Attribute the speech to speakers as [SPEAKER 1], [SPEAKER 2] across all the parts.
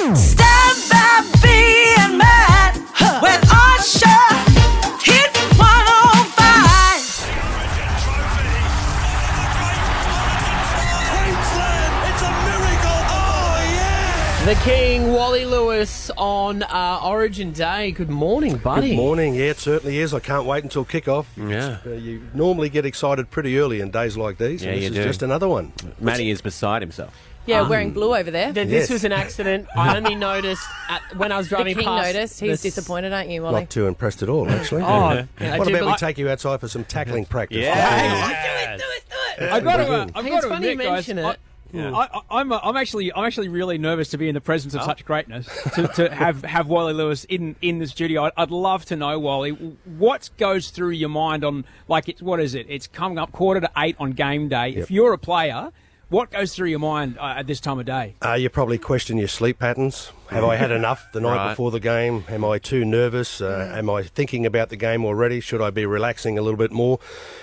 [SPEAKER 1] Stand by being mad when Usher hit 105.
[SPEAKER 2] It's a miracle! Oh, yeah!
[SPEAKER 3] The King, Wally Lewis, on uh, Origin Day. Good morning, buddy.
[SPEAKER 4] Good morning. Yeah, it certainly is. I can't wait until kickoff.
[SPEAKER 5] Yeah.
[SPEAKER 4] Uh, you normally get excited pretty early in days like these.
[SPEAKER 5] Yeah,
[SPEAKER 4] and this
[SPEAKER 5] you
[SPEAKER 4] is
[SPEAKER 5] do.
[SPEAKER 4] just another one.
[SPEAKER 5] Matty is beside himself.
[SPEAKER 6] Yeah, wearing blue over there.
[SPEAKER 3] Um, Th-
[SPEAKER 4] Yes.
[SPEAKER 3] This was an accident. I only noticed at, when I was
[SPEAKER 6] The
[SPEAKER 3] driving
[SPEAKER 6] king
[SPEAKER 3] past.
[SPEAKER 6] noticed. He's
[SPEAKER 3] this-
[SPEAKER 6] disappointed, aren't you, Wally?
[SPEAKER 4] Not too impressed at all, actually.
[SPEAKER 3] Oh,
[SPEAKER 4] what
[SPEAKER 3] yeah, I
[SPEAKER 4] about
[SPEAKER 3] do
[SPEAKER 4] we
[SPEAKER 3] believe-
[SPEAKER 4] take you outside for some tackling practice?
[SPEAKER 5] Yeah.
[SPEAKER 7] I've got to,
[SPEAKER 4] Hey,
[SPEAKER 7] uh, I've got
[SPEAKER 3] Hey, it's
[SPEAKER 7] to
[SPEAKER 3] funny you
[SPEAKER 7] admit, guys,
[SPEAKER 3] mention
[SPEAKER 7] I,
[SPEAKER 3] it.
[SPEAKER 7] I, I, am I'm actually, I'm actually really nervous to be in the presence
[SPEAKER 4] Oh.
[SPEAKER 7] of such greatness. To, to have have Wally Lewis in in the studio, I'd, I'd love to know, Wally, what goes through your mind on like it's what is it? It's coming up quarter to eight on game day. If you're a player, what goes through your mind uh, at this time of day?
[SPEAKER 4] Uh, you probably question your sleep patterns. Have I had enough the night
[SPEAKER 5] Right.
[SPEAKER 4] before the game? Am I too nervous? Uh, Am I thinking about the game already? Should I be relaxing a little bit more?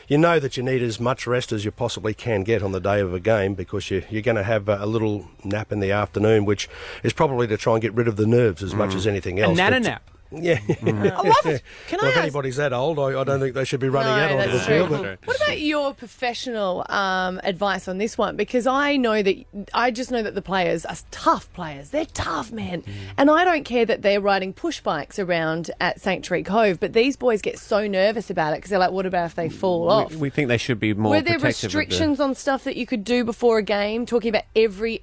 [SPEAKER 4] You know that you need as much rest as you possibly can get on the day of a game because you, you're going to have a little nap in the afternoon, which is probably to try and get rid of the nerves as
[SPEAKER 8] Mm.
[SPEAKER 4] much as anything
[SPEAKER 7] A
[SPEAKER 4] else.
[SPEAKER 7] nana
[SPEAKER 4] But-
[SPEAKER 7] nap.
[SPEAKER 4] Yeah.
[SPEAKER 6] I love it. Can
[SPEAKER 4] well,
[SPEAKER 6] I
[SPEAKER 4] if
[SPEAKER 6] ask?
[SPEAKER 4] anybody's that old, I, I don't think they should be running out
[SPEAKER 6] No,
[SPEAKER 4] onto the
[SPEAKER 6] that's
[SPEAKER 4] field.
[SPEAKER 6] true.
[SPEAKER 4] but-
[SPEAKER 6] What about your professional um, advice on this one? Because I know that I just know that the players are tough players. They're tough, man.
[SPEAKER 5] Mm.
[SPEAKER 6] And I don't care that they're riding push bikes around at Sanctuary Cove, but these boys get so nervous about it because they're like, "What about if they
[SPEAKER 5] Mm,
[SPEAKER 6] fall off?"
[SPEAKER 5] We, we think they should be more
[SPEAKER 6] Were there
[SPEAKER 5] protective of the-
[SPEAKER 6] restrictions on stuff that you could do before a game? Talking about every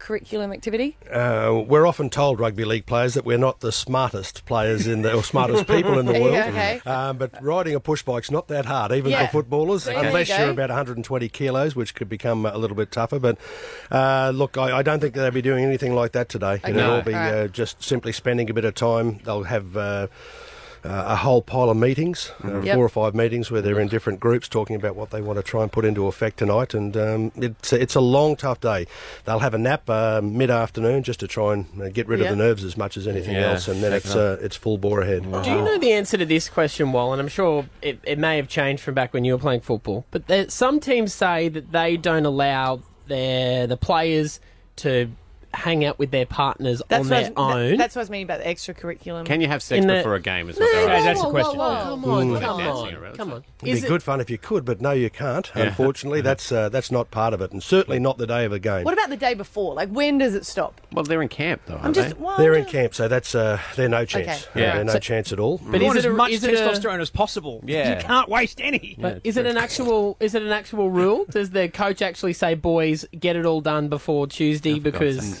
[SPEAKER 6] extracurriculum activity.
[SPEAKER 4] Uh, we're often told rugby league players that we're not the smartest players in the or smartest people in the world.
[SPEAKER 6] Yeah, okay.
[SPEAKER 4] Um, but riding a push bike's not that hard, even
[SPEAKER 6] Yeah.
[SPEAKER 4] for footballers,
[SPEAKER 6] There you
[SPEAKER 4] unless
[SPEAKER 6] go.
[SPEAKER 4] you're about 120 kilos, which could become a little bit tougher. But uh, look, I, I don't think they'll be doing anything like that today. You know,
[SPEAKER 6] Okay.
[SPEAKER 4] it'll be
[SPEAKER 6] All right.
[SPEAKER 4] uh, just simply spending a bit of time. They'll have. Uh, uh, a whole pile of meetings, uh,
[SPEAKER 6] Yep.
[SPEAKER 4] four or five meetings, where they're in different groups talking about what they want to try and put into effect tonight. And um, it's it's a long, tough day. They'll have a nap uh, mid afternoon just to try and uh, get rid of
[SPEAKER 6] Yeah.
[SPEAKER 4] the nerves as much as anything
[SPEAKER 5] Yeah,
[SPEAKER 4] else, and then
[SPEAKER 5] shake it
[SPEAKER 4] it's uh, it's full bore ahead.
[SPEAKER 3] Do you know the answer to this question, Wall? And I'm sure it, it may have changed from back when you were playing football. But there, some teams say that they don't allow their the players to hang out with their partners on
[SPEAKER 6] what I
[SPEAKER 3] their
[SPEAKER 6] was- that-
[SPEAKER 3] own.
[SPEAKER 6] that's what I was meaning about the extracurriculum.
[SPEAKER 5] Can you have sex
[SPEAKER 3] In the-
[SPEAKER 5] before a game? Is what they're
[SPEAKER 7] no,
[SPEAKER 5] asking.
[SPEAKER 7] that's the question.
[SPEAKER 3] Come
[SPEAKER 6] Hmm.
[SPEAKER 3] on,
[SPEAKER 5] Without
[SPEAKER 3] come
[SPEAKER 5] dancing
[SPEAKER 3] on,
[SPEAKER 5] around,
[SPEAKER 3] come
[SPEAKER 5] so.
[SPEAKER 3] on.
[SPEAKER 4] It'd
[SPEAKER 3] Is
[SPEAKER 4] be
[SPEAKER 3] it-
[SPEAKER 4] good fun if you could, but no, you can't. Unfortunately, that's uh, that's not part of it, and certainly not the day of a game.
[SPEAKER 6] What about the day before? Like, when does it stop?
[SPEAKER 5] Well, they're in camp though.
[SPEAKER 6] I'm
[SPEAKER 5] aren't
[SPEAKER 6] just.
[SPEAKER 5] they?
[SPEAKER 6] well,
[SPEAKER 4] they're
[SPEAKER 6] I'm
[SPEAKER 4] in
[SPEAKER 6] just-
[SPEAKER 4] camp, so that's uh, they're no chance.
[SPEAKER 6] Okay.
[SPEAKER 5] Yeah.
[SPEAKER 4] they're no
[SPEAKER 3] So-
[SPEAKER 4] chance at all.
[SPEAKER 3] But
[SPEAKER 7] I
[SPEAKER 3] is
[SPEAKER 7] want
[SPEAKER 3] it
[SPEAKER 7] as
[SPEAKER 3] a-
[SPEAKER 7] much
[SPEAKER 3] is it a-
[SPEAKER 7] testosterone as possible.
[SPEAKER 5] Yeah.
[SPEAKER 7] You can't waste any.
[SPEAKER 3] But is it an actual? Is it an actual rule? Does the coach actually say, "Boys, get it all done before Tuesday"? Because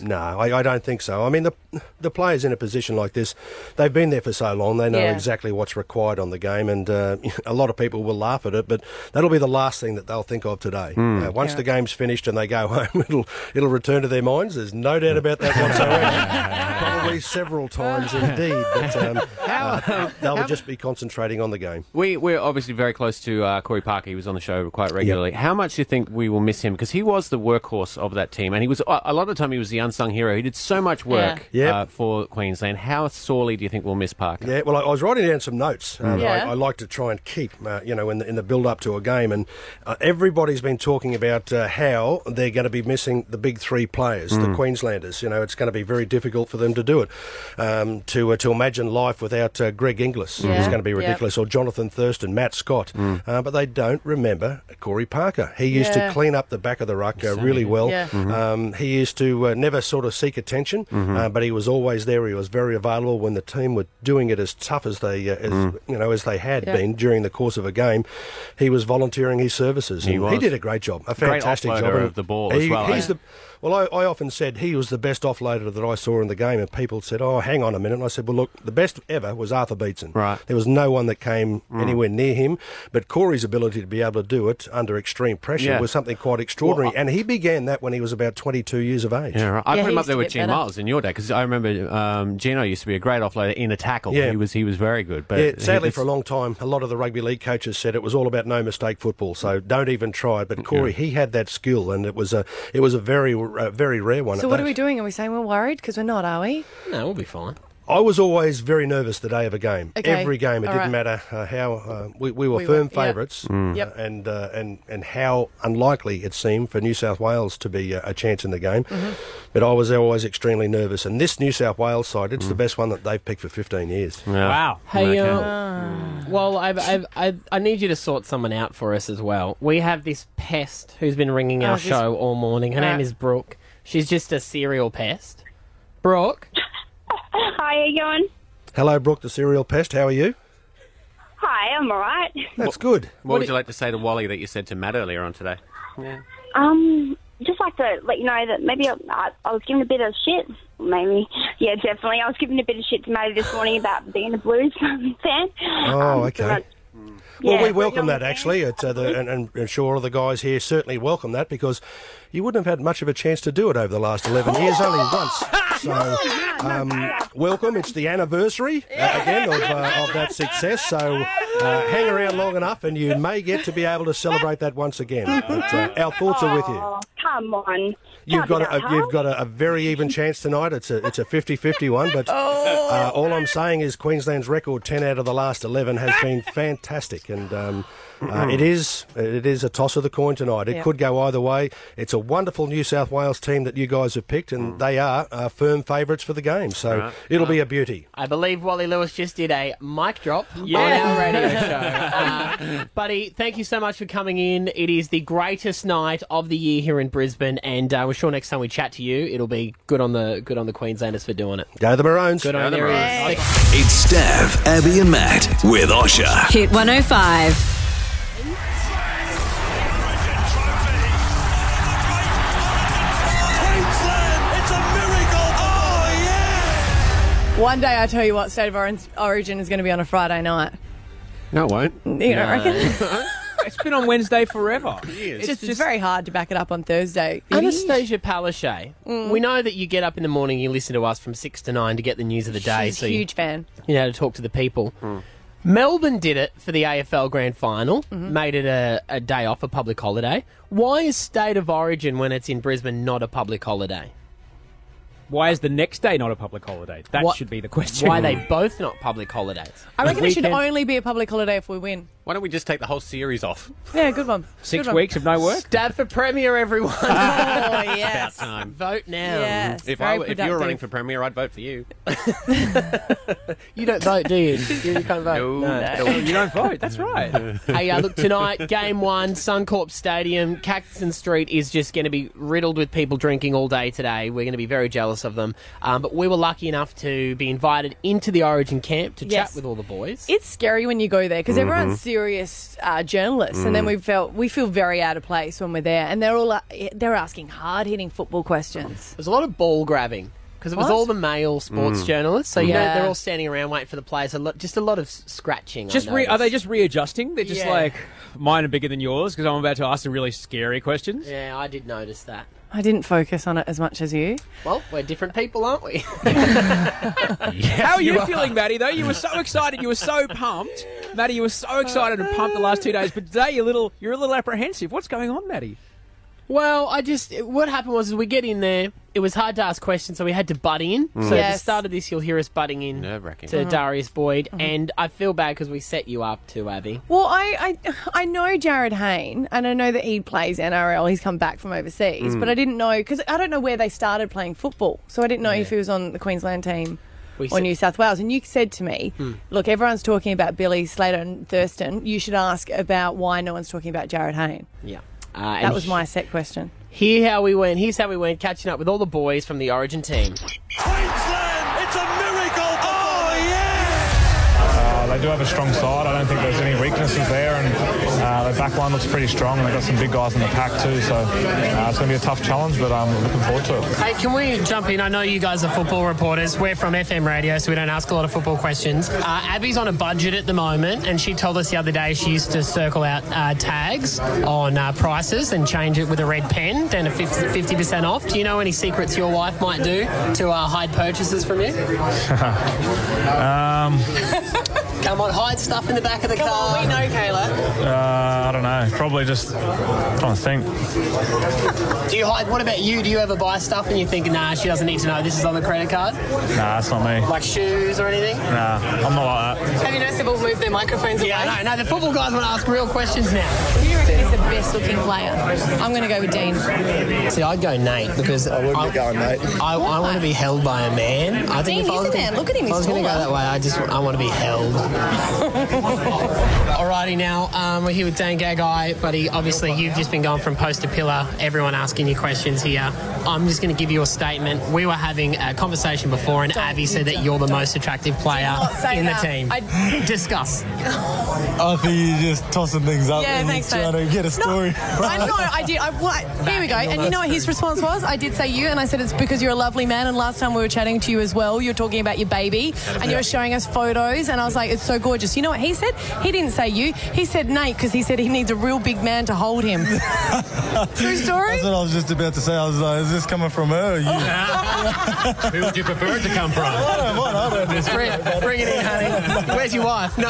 [SPEAKER 4] Mm, No, I, I don't think so. I mean, the the players in a position like this, they've been there for so long. They know
[SPEAKER 6] Yeah.
[SPEAKER 4] exactly what's required on the game, and uh, a lot of people will laugh at it, but that'll be the last thing that they'll think of today. Uh, once the game's finished and they go home, it'll it'll return to their minds. There's no doubt about that whatsoever. Probably several times indeed, but um, uh, they'll just be concentrating on the game.
[SPEAKER 5] We we're obviously very close to uh, Corey Parker. He was on the show quite regularly. How much do you think we will miss him? Because he was the workhorse of that team, and he was a a lot of the time he was the unsung hero. He did so much work
[SPEAKER 4] Yeah. Yep.
[SPEAKER 5] uh, for Queensland. How sorely do you think we'll miss Parker?
[SPEAKER 4] Yeah, well, I, I was writing down some notes uh, that
[SPEAKER 6] Mm. Yeah.
[SPEAKER 4] I, I like to try and keep, uh, you know, in the, in the build up to a game. And uh, everybody's been talking about uh, how they're going to be missing the big three players,
[SPEAKER 6] Mm.
[SPEAKER 4] the Queenslanders. You know, it's going to be very difficult for them to do it, um, to uh, to imagine life without uh, Greg Inglis. is
[SPEAKER 6] Yeah.
[SPEAKER 4] going to be
[SPEAKER 6] Yep.
[SPEAKER 4] ridiculous, or Jonathan Thurston, Matt Scott. Uh, but they don't remember Corey Parker. He used
[SPEAKER 6] Yeah.
[SPEAKER 4] to clean up the back of the ruck uh, really well.
[SPEAKER 6] Yeah.
[SPEAKER 4] Um, he used to uh, never sort of seek attention,
[SPEAKER 6] Mm-hmm.
[SPEAKER 4] uh, but he was always there. He was very available when the team were doing it as tough as they, uh, as, you know, as they had
[SPEAKER 6] Yeah.
[SPEAKER 4] been during the course of a game. He was volunteering his services.
[SPEAKER 5] He
[SPEAKER 4] and
[SPEAKER 5] was.
[SPEAKER 4] did a great job, a
[SPEAKER 5] Great
[SPEAKER 4] fantastic job
[SPEAKER 5] offloader
[SPEAKER 4] And
[SPEAKER 5] of the ball
[SPEAKER 4] He,
[SPEAKER 5] as well,
[SPEAKER 4] He's
[SPEAKER 5] eh?
[SPEAKER 4] the well, I, I often said he was the best offloader that I saw in the game, and people said, "Oh, hang on a minute." And I said, "Well, look, the best ever was Arthur Beetson.
[SPEAKER 5] Right. Mm.
[SPEAKER 4] There was no one that came anywhere near him, but Corey's ability to be able to do it under extreme pressure
[SPEAKER 5] Yeah.
[SPEAKER 4] was something quite extraordinary. and he began that when he was about 22 years of age.
[SPEAKER 5] Yeah, right. I
[SPEAKER 6] Yeah,
[SPEAKER 5] put
[SPEAKER 6] he
[SPEAKER 5] him
[SPEAKER 6] used
[SPEAKER 5] up
[SPEAKER 6] to
[SPEAKER 5] there with
[SPEAKER 6] get
[SPEAKER 5] Gene
[SPEAKER 6] better.
[SPEAKER 5] Miles in your day because I remember um, Gino used to be a great offloader in a tackle.
[SPEAKER 4] Yeah.
[SPEAKER 5] He was he was very good. But
[SPEAKER 4] Yeah,
[SPEAKER 5] he-
[SPEAKER 4] sadly,
[SPEAKER 5] it's-
[SPEAKER 4] for a long time, a lot of the rugby league coaches said it was all about no mistake football, so don't even try it. But Corey, he had that skill, and it was a it was a very uh, very rare one.
[SPEAKER 6] So
[SPEAKER 4] at
[SPEAKER 6] what
[SPEAKER 4] that.
[SPEAKER 6] are we doing? Are we saying we're worried? Because we're not, are we?
[SPEAKER 3] no, we'll be fine.
[SPEAKER 4] I was always very nervous the day of a game.
[SPEAKER 6] Okay.
[SPEAKER 4] Every game, it
[SPEAKER 6] All
[SPEAKER 4] didn't
[SPEAKER 6] right.
[SPEAKER 4] matter uh, how uh, we, we were
[SPEAKER 6] We were-
[SPEAKER 4] firm
[SPEAKER 6] yeah.
[SPEAKER 4] favourites,
[SPEAKER 6] Yep.
[SPEAKER 4] and uh, and and how unlikely it seemed for New South Wales to be uh, a chance in the game.
[SPEAKER 6] Mm-hmm.
[SPEAKER 4] But I was always extremely nervous, and this New South Wales side, it's the best one that they've picked for 15 years.
[SPEAKER 7] Wow. Ah.
[SPEAKER 3] Hey,
[SPEAKER 5] Okay.
[SPEAKER 3] uh, well, I've, I've, i I need you to sort someone out for us as well. We have this pest who's been ringing our
[SPEAKER 6] Oh, this- uh,
[SPEAKER 3] show all morning. Her name
[SPEAKER 6] Right.
[SPEAKER 3] is Brooke. She's just a serial pest. Brooke,
[SPEAKER 9] Hi, are you going?
[SPEAKER 4] Hello, Brooke, the serial pest. How are you?
[SPEAKER 9] Hi, I'm alright.
[SPEAKER 4] That's good.
[SPEAKER 5] What, would you like to say to Wally that you said to Matt earlier on today?
[SPEAKER 9] Um, just like to let you know that maybe I, I, I was giving a bit of shit. Maybe, yeah, definitely. I was giving a bit of shit to Maddie this morning about being a Blues fan.
[SPEAKER 4] Oh,
[SPEAKER 9] Um,
[SPEAKER 4] okay.
[SPEAKER 9] but-
[SPEAKER 4] Well,
[SPEAKER 9] yeah,
[SPEAKER 4] we welcome
[SPEAKER 9] but-
[SPEAKER 4] that actually, it's, uh, the, and, and, and sure, all the guys here certainly welcome that because you wouldn't have had much of a chance to do it over the last 11 years, only once. So, um, welcome. It's the anniversary uh, again of, uh, of that success. So, uh, hang around long enough and you may get to be able to celebrate that once again. But, uh, our thoughts are with you.
[SPEAKER 9] Oh, come on.
[SPEAKER 4] You've
[SPEAKER 9] Can't
[SPEAKER 4] got
[SPEAKER 9] be
[SPEAKER 4] a,
[SPEAKER 9] that
[SPEAKER 4] a- you've
[SPEAKER 9] hard.
[SPEAKER 4] got a, a very even chance tonight. It's a it's a 50-50 one, but uh, all I'm saying is Queensland's record ten out of the last eleven has been fantastic, and um, uh, it is it is a toss of the coin tonight. It
[SPEAKER 6] Yeah.
[SPEAKER 4] could go either way. It's a wonderful New South Wales team that you guys have picked, and they are uh, firm favourites for the game. So it'll be a beauty.
[SPEAKER 3] I believe Wally Lewis just did a mic drop on
[SPEAKER 7] Yeah.
[SPEAKER 3] our radio show. Uh, buddy, thank you so much for coming in. It is the greatest night of the year here in Brisbane, and uh, we're sure next time we chat to you, it'll be good on the good on the Queenslanders for doing it.
[SPEAKER 4] Go the Maroons.
[SPEAKER 3] Good on
[SPEAKER 5] the
[SPEAKER 3] their
[SPEAKER 5] Maroons.
[SPEAKER 3] end.
[SPEAKER 10] It's Stav, Abby, and Matt with Osha.
[SPEAKER 11] Hit 105.
[SPEAKER 2] Queensland, it's a miracle. Oh, yeah.
[SPEAKER 6] One day, I tell you what, State of Orin- Origin is going to be on a Friday night.
[SPEAKER 5] No, it won't.
[SPEAKER 6] You know, I reckon?
[SPEAKER 7] It's been on Wednesday forever. It's
[SPEAKER 6] It's just very hard to back it up on Thursday. Mm.
[SPEAKER 3] Anastasia Palaszczuk. We know that you get up in the morning, you listen to us from six to nine to get the news of the day,
[SPEAKER 6] She's
[SPEAKER 3] so
[SPEAKER 6] a
[SPEAKER 3] you-
[SPEAKER 6] huge fan.
[SPEAKER 3] you know, to talk to the people.
[SPEAKER 7] Hmm.
[SPEAKER 3] Melbourne did it for the AFL Grand Final, made it a, a day off, a public holiday. Why is State of Origin when it's in Brisbane not a public holiday?
[SPEAKER 7] Why is the next day not a public holiday? That
[SPEAKER 3] What-
[SPEAKER 7] should be the question.
[SPEAKER 3] Why are they both not public holidays?
[SPEAKER 6] I reckon it should
[SPEAKER 7] Weekend.
[SPEAKER 6] only be a public holiday if we win.
[SPEAKER 5] Why don't we just take the whole series off?
[SPEAKER 6] Yeah, good one.
[SPEAKER 7] Six
[SPEAKER 6] Good one.
[SPEAKER 7] weeks of no work?
[SPEAKER 3] Stab for Premier, everyone.
[SPEAKER 6] Oh, yes.
[SPEAKER 5] time.
[SPEAKER 3] Vote now.
[SPEAKER 6] Yes.
[SPEAKER 5] If,
[SPEAKER 6] very
[SPEAKER 5] I, were- if you were
[SPEAKER 6] productive.
[SPEAKER 5] running for Premier, I'd vote for you.
[SPEAKER 3] You don't vote, do you? You you can't vote.
[SPEAKER 7] Oh, you don't vote. That's right.
[SPEAKER 3] hey, uh, look, tonight, game one, Suncorp Stadium, Caxton Street is just going to be riddled with people drinking all day today. We're going to be very jealous of them. Um, but we were lucky enough to be invited into the Origin camp to
[SPEAKER 6] Yes.
[SPEAKER 3] chat with all the boys.
[SPEAKER 6] it's scary when you go there because everyone's serious uh, journalists, and then we felt we feel very out of place when we're there, and they're all uh, they're asking hard hitting football questions.
[SPEAKER 3] There's a lot of ball grabbing. Because it was
[SPEAKER 6] What? Mm.
[SPEAKER 3] all the male sports journalists, so you know
[SPEAKER 6] Yeah.
[SPEAKER 3] they're all standing around waiting for the players. A lot, just a lot of s- scratching. I
[SPEAKER 7] Just re- are
[SPEAKER 6] uh,
[SPEAKER 3] noticed.
[SPEAKER 7] they just readjusting? They're just
[SPEAKER 3] Yeah.
[SPEAKER 7] like mine are bigger than yours because I'm about to ask some really scary questions.
[SPEAKER 3] Yeah, I did notice that.
[SPEAKER 6] I didn't focus on it as much as you.
[SPEAKER 3] Well, we're different people, aren't we?
[SPEAKER 7] How are you, feeling, Maddie? Though you were so excited, you were so pumped, Maddie. You were so excited and pumped the last two days, but today you're a little, you're a little apprehensive. What's going on, Maddie?
[SPEAKER 3] Well, I just what happened was is we get in there. It was hard to ask questions, so we had to butt in. So at the
[SPEAKER 6] Yes.
[SPEAKER 3] start of this, you'll hear us butting in
[SPEAKER 5] Nerve-wracking.
[SPEAKER 3] to Darius Boyd,
[SPEAKER 6] Mm-hmm.
[SPEAKER 3] and I feel bad because we set you up to Abby.
[SPEAKER 6] Well, I, I I know Jared Hayne, and I know that he plays NRL. He's come back from overseas, but I didn't know because I don't know where they started playing football, so I didn't know if he was on the Queensland team.
[SPEAKER 3] We
[SPEAKER 6] or
[SPEAKER 3] said-
[SPEAKER 6] New South Wales. And you said to me,
[SPEAKER 3] Hmm.
[SPEAKER 6] look, everyone's talking about Billy Slater and Thurston. You should ask about why no one's talking about Jared Hayne.
[SPEAKER 3] Yeah. Uh, and
[SPEAKER 6] That was my set question.
[SPEAKER 3] Here how we went. Here's how we went. Catching up with all the boys from the Origin team.
[SPEAKER 2] Queensland, it's a miracle. Oh, yeah.
[SPEAKER 8] Uh, they do have a strong side. I don't think there's any weaknesses there, and uh, their back line looks pretty strong. And they've got some big guys in the pack too, so uh, it's going to be a tough challenge, but I'm looking forward to it.
[SPEAKER 12] Hey, can we jump in? I know you guys are football reporters. We're from FM radio, so we don't ask a lot of football questions. Uh, Abby's on a budget at the moment, and she told us the other day she used to circle out uh, tags on uh, prices and change it with a red pen, then a 50, 50% off. Do you know any secrets your wife might do to uh, hide purchases from you?
[SPEAKER 8] Um,
[SPEAKER 3] Come on, hide stuff in the back of the car. we know, Kayla.
[SPEAKER 12] Uh, I don't know. Probably just trying to think.
[SPEAKER 3] Do you hide? What about you? Do you ever buy stuff and you think, nah, she doesn't need to know this is on the credit card?
[SPEAKER 12] Nah, that's not me.
[SPEAKER 3] Like shoes or anything?
[SPEAKER 12] Nah, I'm not like that.
[SPEAKER 3] Have you noticed they've all moved their microphones yeah, away? Yeah, no, no, the football guys want to ask real questions now.
[SPEAKER 6] Who do you reckon is the best looking player? I'm going to go with Dean.
[SPEAKER 3] See, I'd go Nate because I wouldn't be going Nate. I, I want to be held by a man. I think
[SPEAKER 6] Dean
[SPEAKER 3] if I
[SPEAKER 6] is
[SPEAKER 3] was
[SPEAKER 6] a man. Look at him,
[SPEAKER 3] If I was
[SPEAKER 6] he's
[SPEAKER 3] going to go
[SPEAKER 6] taller.
[SPEAKER 3] that way. I just I want to be held. Alrighty, now um, we're here with Dan Gagai, buddy. Obviously, you've just been going from post to pillar. Everyone asking you questions here. I'm just going to give you a statement. We were having a conversation before, and Abby said that you're the most attractive player
[SPEAKER 6] not say
[SPEAKER 3] in the
[SPEAKER 6] that.
[SPEAKER 3] team. Discuss.
[SPEAKER 11] I think you're just tossing things up
[SPEAKER 6] Yeah,
[SPEAKER 11] and
[SPEAKER 6] thanks,
[SPEAKER 11] trying
[SPEAKER 6] mate.
[SPEAKER 11] to get a story.
[SPEAKER 6] I know, I did. I, well, I- here we go. And you know what his response was? I did say you, and I said it's because you're a lovely man. And last time we were chatting to you as well, you were talking about your baby, and you were showing us photos, and I was like, it's so gorgeous. You know what he said? He didn't say you. He said Nate because he said he needs a real big man to hold him. True story.
[SPEAKER 11] That's what I was just about to say. I was like, is this coming from her? Or you?
[SPEAKER 5] Who would you prefer it to come from?
[SPEAKER 11] I don't mind. I don't mind.
[SPEAKER 3] Bring, bring it in, honey. Where's your wife? No.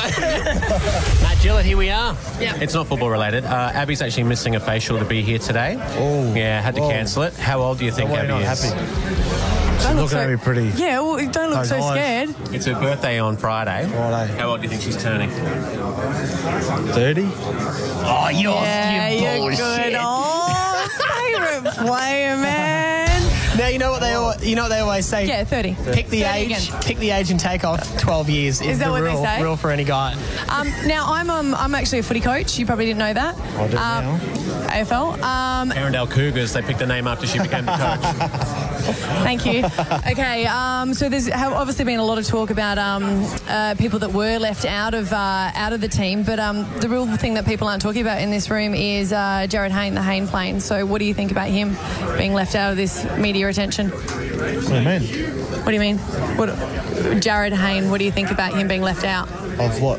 [SPEAKER 3] Matt Gillett, here we are. Yeah.
[SPEAKER 5] It's not football related. Uh, Abby's actually missing a facial to be here today. Oh, yeah, had to cancel it. How old do you think
[SPEAKER 11] why are
[SPEAKER 5] Abby
[SPEAKER 11] you not
[SPEAKER 5] is?
[SPEAKER 6] Don't
[SPEAKER 11] Looking at me pretty.
[SPEAKER 6] Yeah, well, don't look
[SPEAKER 5] Those
[SPEAKER 6] so
[SPEAKER 5] eyes.
[SPEAKER 6] scared.
[SPEAKER 5] It's her birthday on Friday. Friday. How old do you think she's turning?
[SPEAKER 11] 30?
[SPEAKER 5] Oh, you're,
[SPEAKER 6] Yeah,
[SPEAKER 5] you
[SPEAKER 6] you're
[SPEAKER 5] bullshit.
[SPEAKER 6] good. Oh, favorite player, man.
[SPEAKER 3] Now you know what they all, you know what they always say.
[SPEAKER 6] Yeah, 30.
[SPEAKER 3] Pick the
[SPEAKER 6] 30
[SPEAKER 3] age,
[SPEAKER 6] again.
[SPEAKER 3] pick the age, and take off twelve years. Is,
[SPEAKER 6] that
[SPEAKER 3] the
[SPEAKER 6] what they
[SPEAKER 3] rule,
[SPEAKER 6] say?
[SPEAKER 3] Rule for any guy.
[SPEAKER 6] Um, now I'm um, I'm actually a footy coach. You probably didn't know that. Um, I
[SPEAKER 5] do
[SPEAKER 6] AFL. Um,
[SPEAKER 5] Arendelle Cougars. They picked the name after she became the coach.
[SPEAKER 6] thank you. Okay. Um, so there's have obviously been a lot of talk about um, uh, people that were left out of uh, out of the team, but um, the real thing that people aren't talking about in this room is uh, Jared Hayne, the Hayne plane. So what do you think about him being left out of this media attention?
[SPEAKER 11] What do you mean?
[SPEAKER 6] What do you mean? What Jared Hayne? What do you think about him being left out?
[SPEAKER 11] Of what?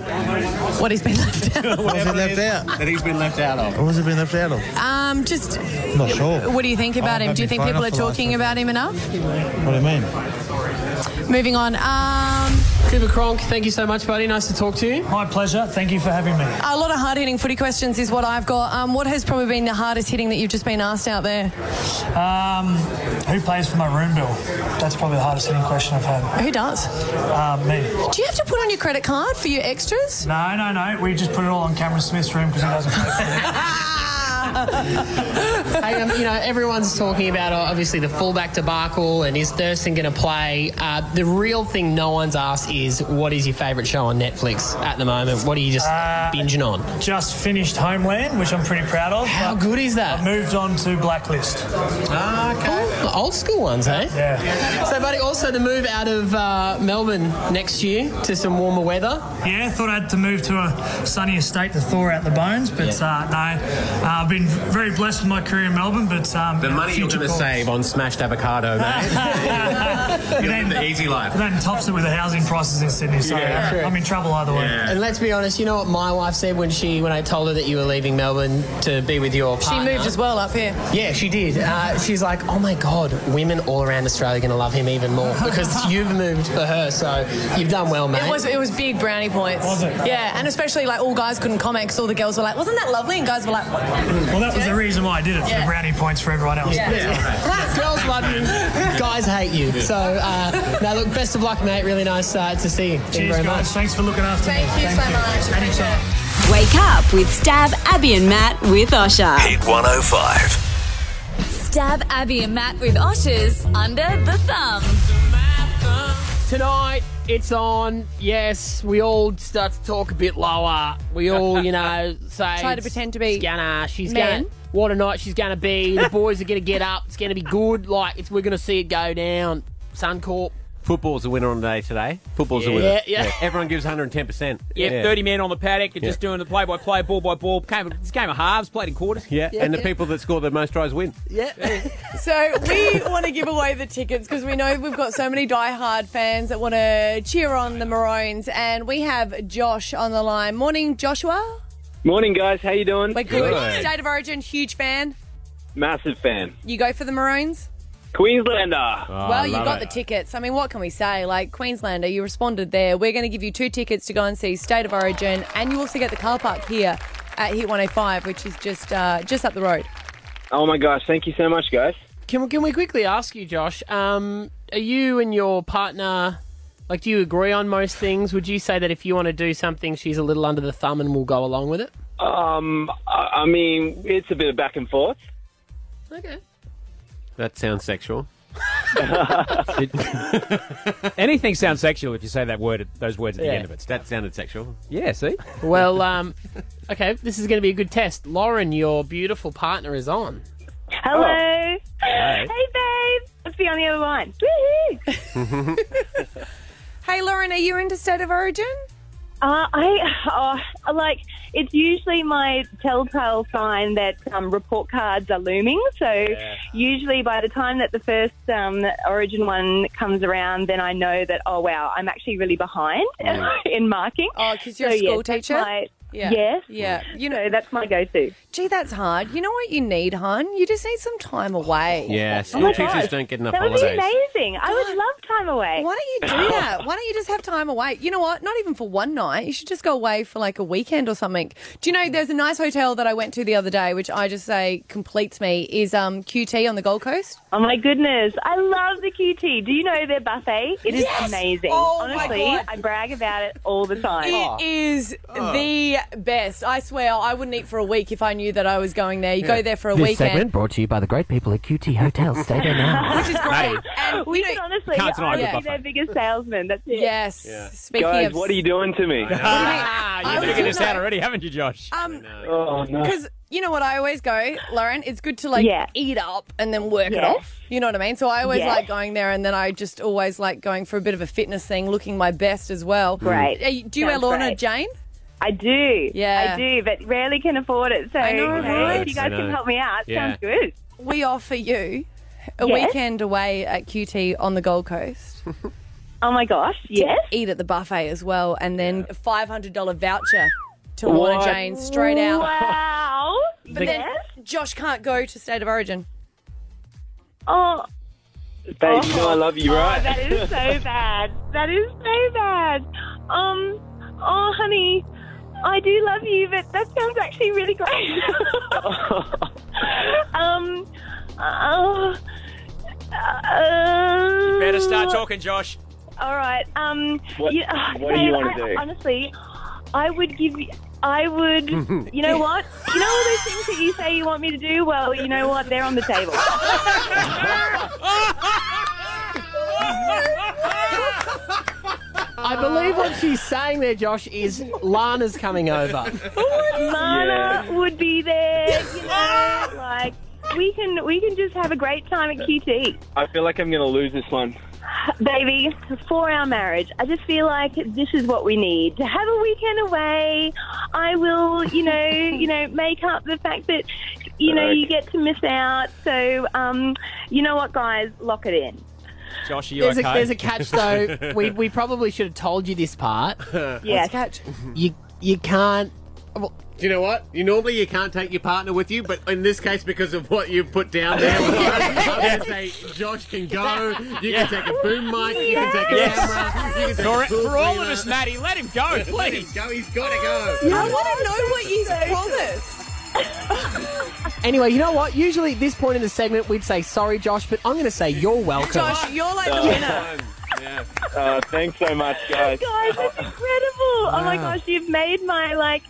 [SPEAKER 6] What he's been left out?
[SPEAKER 11] What was it left out?
[SPEAKER 5] that he's been left out of.
[SPEAKER 11] What was it being left out of?
[SPEAKER 6] Um, just
[SPEAKER 11] Not sure. Oh,
[SPEAKER 6] What do you think about
[SPEAKER 11] I
[SPEAKER 6] him?
[SPEAKER 11] haven't
[SPEAKER 6] Do you think
[SPEAKER 11] phoned
[SPEAKER 6] people
[SPEAKER 11] up
[SPEAKER 6] are
[SPEAKER 11] for the last
[SPEAKER 6] talking
[SPEAKER 11] one.
[SPEAKER 6] about him enough?
[SPEAKER 11] What do you mean?
[SPEAKER 6] Moving on. Um,
[SPEAKER 3] Cooper Cronk, thank you so much, buddy. Nice to talk to you.
[SPEAKER 13] My pleasure. Thank you for having me.
[SPEAKER 6] a lot of hard hitting footy questions is what I've got. Um, what has probably been the hardest hitting that you've just been asked out there?
[SPEAKER 13] Um, who pays for my room bill? That's probably the hardest hitting question I've had.
[SPEAKER 6] Who does?
[SPEAKER 13] Um, me.
[SPEAKER 6] Do you have to put on your credit card for your extras?
[SPEAKER 13] No, no, no. We just put it all on Cameron Smith's room because he doesn't pay for it.
[SPEAKER 3] hey, um, you know, everyone's talking about uh, obviously the fullback debacle and is Thurston going to play? Uh, the real thing no one's asked is what is your favourite show on Netflix at the moment? What are you just binging on?
[SPEAKER 13] Just finished Homeland, which I'm pretty proud of.
[SPEAKER 3] How
[SPEAKER 13] but
[SPEAKER 3] good is that?
[SPEAKER 13] I've moved on to Blacklist.
[SPEAKER 3] Ah, okay. The old school ones, eh?
[SPEAKER 13] Yeah.
[SPEAKER 3] So, buddy, also the move out of uh, Melbourne next year to some warmer weather.
[SPEAKER 13] Yeah, thought I had to move to a sunnier state to thaw out the bones, but uh, no, uh, I've been very blessed with my career in Melbourne. But um,
[SPEAKER 5] The money you're
[SPEAKER 13] future
[SPEAKER 5] going to
[SPEAKER 13] goals.
[SPEAKER 5] save on smashed avocado, man. you're in the easy life.
[SPEAKER 13] But Then tops it with the housing prices in Sydney, so
[SPEAKER 5] Yeah.
[SPEAKER 13] uh, I'm in trouble either way.
[SPEAKER 5] Yeah.
[SPEAKER 3] And let's be honest, you know what my wife said when she when I told her that you were leaving Melbourne to be with your
[SPEAKER 6] She
[SPEAKER 3] partner.
[SPEAKER 6] moved as well up here.
[SPEAKER 3] Yeah, she did. Uh, she's like, oh my god, women all around Australia are going to love him even more because you've moved for her, so you've done well, mate.
[SPEAKER 6] It was it was big brownie points.
[SPEAKER 13] Oh, Was it?
[SPEAKER 6] Yeah, and especially like all guys couldn't comment because all the girls were like, "Wasn't that lovely?" And guys were like,
[SPEAKER 13] Well, that was the reason why I did it for
[SPEAKER 6] Yeah.
[SPEAKER 13] the brownie points for everyone else.
[SPEAKER 6] Yeah.
[SPEAKER 3] Girls love you, guys hate you. So uh, now look, best of luck, mate. Really nice uh, to see you. Thank you
[SPEAKER 13] Cheers,
[SPEAKER 3] very
[SPEAKER 13] guys.
[SPEAKER 3] much.
[SPEAKER 13] Thanks for looking after
[SPEAKER 6] "Thank
[SPEAKER 13] me.
[SPEAKER 6] you so much."
[SPEAKER 13] Anytime.
[SPEAKER 14] Wake up with Stab, Abby, and Matt with Osha.
[SPEAKER 2] Hit 105.
[SPEAKER 14] Stab, Abby, and Matt with Osha's Under the Thumb.
[SPEAKER 15] Tonight, it's on. Yes, we all start to talk a bit lower. We all, you know, say.
[SPEAKER 6] Try to pretend to be
[SPEAKER 15] Gonna, she's
[SPEAKER 6] men.
[SPEAKER 15] gonna. What a night she's gonna be. The boys are gonna get up. It's gonna be good. Like, it's, we're gonna see it go down. Suncorp.
[SPEAKER 5] Football's the winner on the day today. Football's the
[SPEAKER 15] Yeah,
[SPEAKER 5] winner.
[SPEAKER 15] yeah.
[SPEAKER 5] Everyone gives 110%.
[SPEAKER 7] Yeah, 30 men on the paddock and
[SPEAKER 5] Yeah.
[SPEAKER 7] just doing the play by play, ball by ball. Came, this game of halves, played in quarters.
[SPEAKER 5] Yeah, and the people that score the most tries win.
[SPEAKER 6] So we want to give away the tickets because we know we've got so many diehard fans that want to cheer on the Maroons, and we have Josh on the line. Morning, Joshua.
[SPEAKER 16] Morning, guys. How you doing?
[SPEAKER 6] We're good. State of Origin, huge fan.
[SPEAKER 16] Massive fan.
[SPEAKER 6] You go for the Maroons.
[SPEAKER 16] Queenslander.
[SPEAKER 7] Oh,
[SPEAKER 6] well, you got the tickets. I mean, what can we say? Like, Queenslander, you responded there. We're going to give you two tickets to go and see State of Origin, and you also get the car park here at Hit 105, which is just uh, just up the road.
[SPEAKER 16] Oh my gosh, thank you so much, guys.
[SPEAKER 3] Can we, can we quickly ask you, Josh? Um, are you and your partner like? Do you agree on most things? Would you say that if you want to do something, she's a little under the thumb and will go along with it?
[SPEAKER 16] Um, I, I mean, it's a bit of back and forth.
[SPEAKER 3] Okay.
[SPEAKER 5] That sounds sexual.
[SPEAKER 7] Anything sounds sexual if you say that word, those words at
[SPEAKER 3] Yeah.
[SPEAKER 7] the end of it.
[SPEAKER 5] That sounded sexual.
[SPEAKER 7] Yeah, see?
[SPEAKER 3] Well, um, okay, this is going to be a good test. Lauren, your beautiful partner is on.
[SPEAKER 6] Oh.
[SPEAKER 17] Hello.
[SPEAKER 3] Hey.
[SPEAKER 17] Hey, babe. Let's be on the other line. Woohoo.
[SPEAKER 6] Hey, Lauren, are you into State of Origin?
[SPEAKER 17] Uh, I oh, like it's usually my telltale sign that um, report cards are looming. So usually by the time that the first um, Origin one comes around, then I know that oh wow, I'm actually really behind in marking.
[SPEAKER 6] Oh, because you're a school teacher? Yeah.
[SPEAKER 17] Yes.
[SPEAKER 6] Yeah.
[SPEAKER 17] You know, that's my go-to.
[SPEAKER 6] Gee, that's hard. You know what you need, hon? You just need some time away.
[SPEAKER 5] Yeah,
[SPEAKER 6] Oh
[SPEAKER 5] school
[SPEAKER 6] my
[SPEAKER 5] teachers
[SPEAKER 6] God.
[SPEAKER 5] don't get enough
[SPEAKER 6] That would be
[SPEAKER 5] holidays.
[SPEAKER 17] amazing. I would love time away.
[SPEAKER 6] Why don't you do that? Why don't you just have time away? You know what? Not even for one night. You should just go away for like a weekend or something. Do you know there's a nice hotel that I went to the other day, which I just say completes me, is um, QT on the Gold Coast.
[SPEAKER 17] Oh my goodness. I love the QT. Do you know their buffet? It is amazing.
[SPEAKER 6] Oh my
[SPEAKER 17] Honestly,
[SPEAKER 6] God.
[SPEAKER 17] I brag about it all the time. Oh.
[SPEAKER 6] It is the best. I swear, I wouldn't eat for a week if I knew that I was going there. You go there for a
[SPEAKER 18] this
[SPEAKER 6] weekend.
[SPEAKER 18] segment brought to you by the great people at QT Hotels. Stay there now.
[SPEAKER 6] Which is great. And,
[SPEAKER 17] we can honestly,
[SPEAKER 18] Can't deny
[SPEAKER 17] I'll
[SPEAKER 18] good
[SPEAKER 17] be
[SPEAKER 18] buffet.
[SPEAKER 17] their biggest salesman. That's it.
[SPEAKER 6] Yes. Speaking
[SPEAKER 16] guys,
[SPEAKER 6] of
[SPEAKER 16] what are you doing to me?
[SPEAKER 6] I
[SPEAKER 7] You've
[SPEAKER 6] was
[SPEAKER 7] figured this
[SPEAKER 6] gonna-
[SPEAKER 7] out already, haven't you, Josh?
[SPEAKER 6] Um,
[SPEAKER 16] oh no.
[SPEAKER 6] Because you know what I always go, Lauren. It's good to like
[SPEAKER 17] Yeah.
[SPEAKER 6] eat up and then work it
[SPEAKER 17] Yes.
[SPEAKER 6] off. You know what I mean? So I always
[SPEAKER 17] Yes.
[SPEAKER 6] like going there, and then I just always like going for a bit of a fitness thing, looking my best as well.
[SPEAKER 17] Mm. Great.
[SPEAKER 6] Are you- Do you wear
[SPEAKER 17] Sounds
[SPEAKER 6] Lorna
[SPEAKER 17] great.
[SPEAKER 6] Jane?
[SPEAKER 17] I do.
[SPEAKER 6] Yeah.
[SPEAKER 17] I do, but rarely can afford it. So
[SPEAKER 6] I know,
[SPEAKER 17] you
[SPEAKER 6] right?
[SPEAKER 17] if you
[SPEAKER 6] I
[SPEAKER 17] guys
[SPEAKER 6] know.
[SPEAKER 17] can help me out,
[SPEAKER 6] Yeah.
[SPEAKER 17] sounds good.
[SPEAKER 6] We offer you a
[SPEAKER 17] Yes.
[SPEAKER 6] weekend away at QT on the Gold Coast.
[SPEAKER 17] Oh my gosh! Yes.
[SPEAKER 6] Eat at the buffet as well, and then a five hundred dollar voucher to Lorna
[SPEAKER 17] What?
[SPEAKER 6] Jane straight out.
[SPEAKER 17] Wow.
[SPEAKER 6] But then Josh can't go to State of Origin.
[SPEAKER 17] Oh,
[SPEAKER 16] Babe, you know I love you, right?
[SPEAKER 17] Oh, that is so bad. That is so bad. Um, oh, honey, I do love you, but that sounds actually really great. um, oh, uh,
[SPEAKER 7] Better start talking, Josh.
[SPEAKER 17] All right. Um,
[SPEAKER 7] What-
[SPEAKER 17] you- oh,
[SPEAKER 7] what do you
[SPEAKER 17] babe,
[SPEAKER 7] wanna
[SPEAKER 17] I-
[SPEAKER 7] do?
[SPEAKER 17] Honestly, I would give you. I would. You know what? You know all those things that you say you want me to do. Well, you know what? They're on the table.
[SPEAKER 3] I believe what she's saying there, Josh, is Lana's coming over.
[SPEAKER 17] Mana would be there, you know, like we can we can just have a great time at QT,
[SPEAKER 16] I feel like I'm going to lose this one.
[SPEAKER 17] baby. For our marriage, I just feel like this is what we need to have a weekend away. I will, you know, you know, make up the fact that you know you get to miss out. So, um, you know what, guys, lock it in.
[SPEAKER 7] Josh, are you
[SPEAKER 3] There's a,
[SPEAKER 7] okay?
[SPEAKER 3] there's a catch though. we, we probably should have told you this part.
[SPEAKER 17] Yes.
[SPEAKER 6] catch?
[SPEAKER 3] You you can't. Well,
[SPEAKER 5] do you know what? You normally you can't take your partner with you, but in this case, because of what you've put down there, I'm going to say Josh can go. You can take a boom mic. You can take a
[SPEAKER 7] Yes.
[SPEAKER 5] camera. You can take
[SPEAKER 7] For,
[SPEAKER 5] a pool
[SPEAKER 7] for all of
[SPEAKER 5] cleaner.
[SPEAKER 7] us, Maddie, let him go, please.
[SPEAKER 5] Let him go. He's got to go.
[SPEAKER 6] I want to know what he's promised.
[SPEAKER 3] Anyway, you know what? Usually at this point in the segment, we'd say sorry, Josh, but I'm going to say you're welcome.
[SPEAKER 6] Josh, you're like the
[SPEAKER 16] Oh,
[SPEAKER 6] winner.
[SPEAKER 16] yeah. Uh, thanks so much, guys.
[SPEAKER 17] Guys, that's incredible! Oh my
[SPEAKER 16] Wow.
[SPEAKER 17] gosh, you've made my like,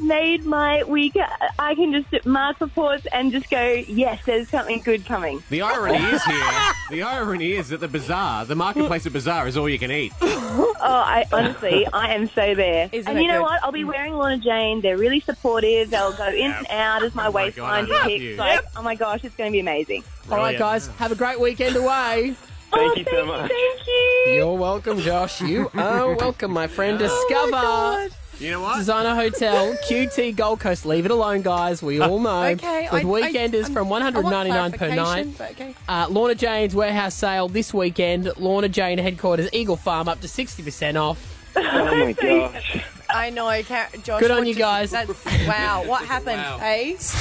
[SPEAKER 17] made my week. I can just mark reports and just go, yes, there's something good coming.
[SPEAKER 5] The irony is here. The irony is that the bazaar, the marketplace at bazaar, is all you can eat.
[SPEAKER 17] oh, I honestly, I am so there.
[SPEAKER 5] Isn't
[SPEAKER 17] and
[SPEAKER 5] it
[SPEAKER 17] you know
[SPEAKER 5] good?
[SPEAKER 17] what? I'll be wearing Lorna Jane. They're really supportive. They'll go in and out as my
[SPEAKER 5] Oh my
[SPEAKER 17] waistline
[SPEAKER 5] God, I love you.
[SPEAKER 17] picks. Like, oh my gosh, it's going to be amazing.
[SPEAKER 3] All right, guys, have a great weekend away.
[SPEAKER 16] Thank you so much.
[SPEAKER 17] Thank you.
[SPEAKER 3] You're welcome, Josh. You are welcome, my friend. Discover.
[SPEAKER 5] You know what?
[SPEAKER 3] Designer Hotel, QT Gold Coast. Leave it alone, guys. We all know.
[SPEAKER 5] Okay,
[SPEAKER 3] With
[SPEAKER 5] I-
[SPEAKER 3] weekenders
[SPEAKER 6] um,
[SPEAKER 3] from 199 per night. Uh, Lorna Jane's warehouse sale this weekend. Lorna Jane headquarters, Eagle Farm, up to 60% off.
[SPEAKER 16] Oh my gosh.
[SPEAKER 6] I know, Car- Josh.
[SPEAKER 3] Good on
[SPEAKER 6] what
[SPEAKER 3] you
[SPEAKER 6] did-
[SPEAKER 3] guys.
[SPEAKER 6] That's wow. What happened, eh?
[SPEAKER 18] It's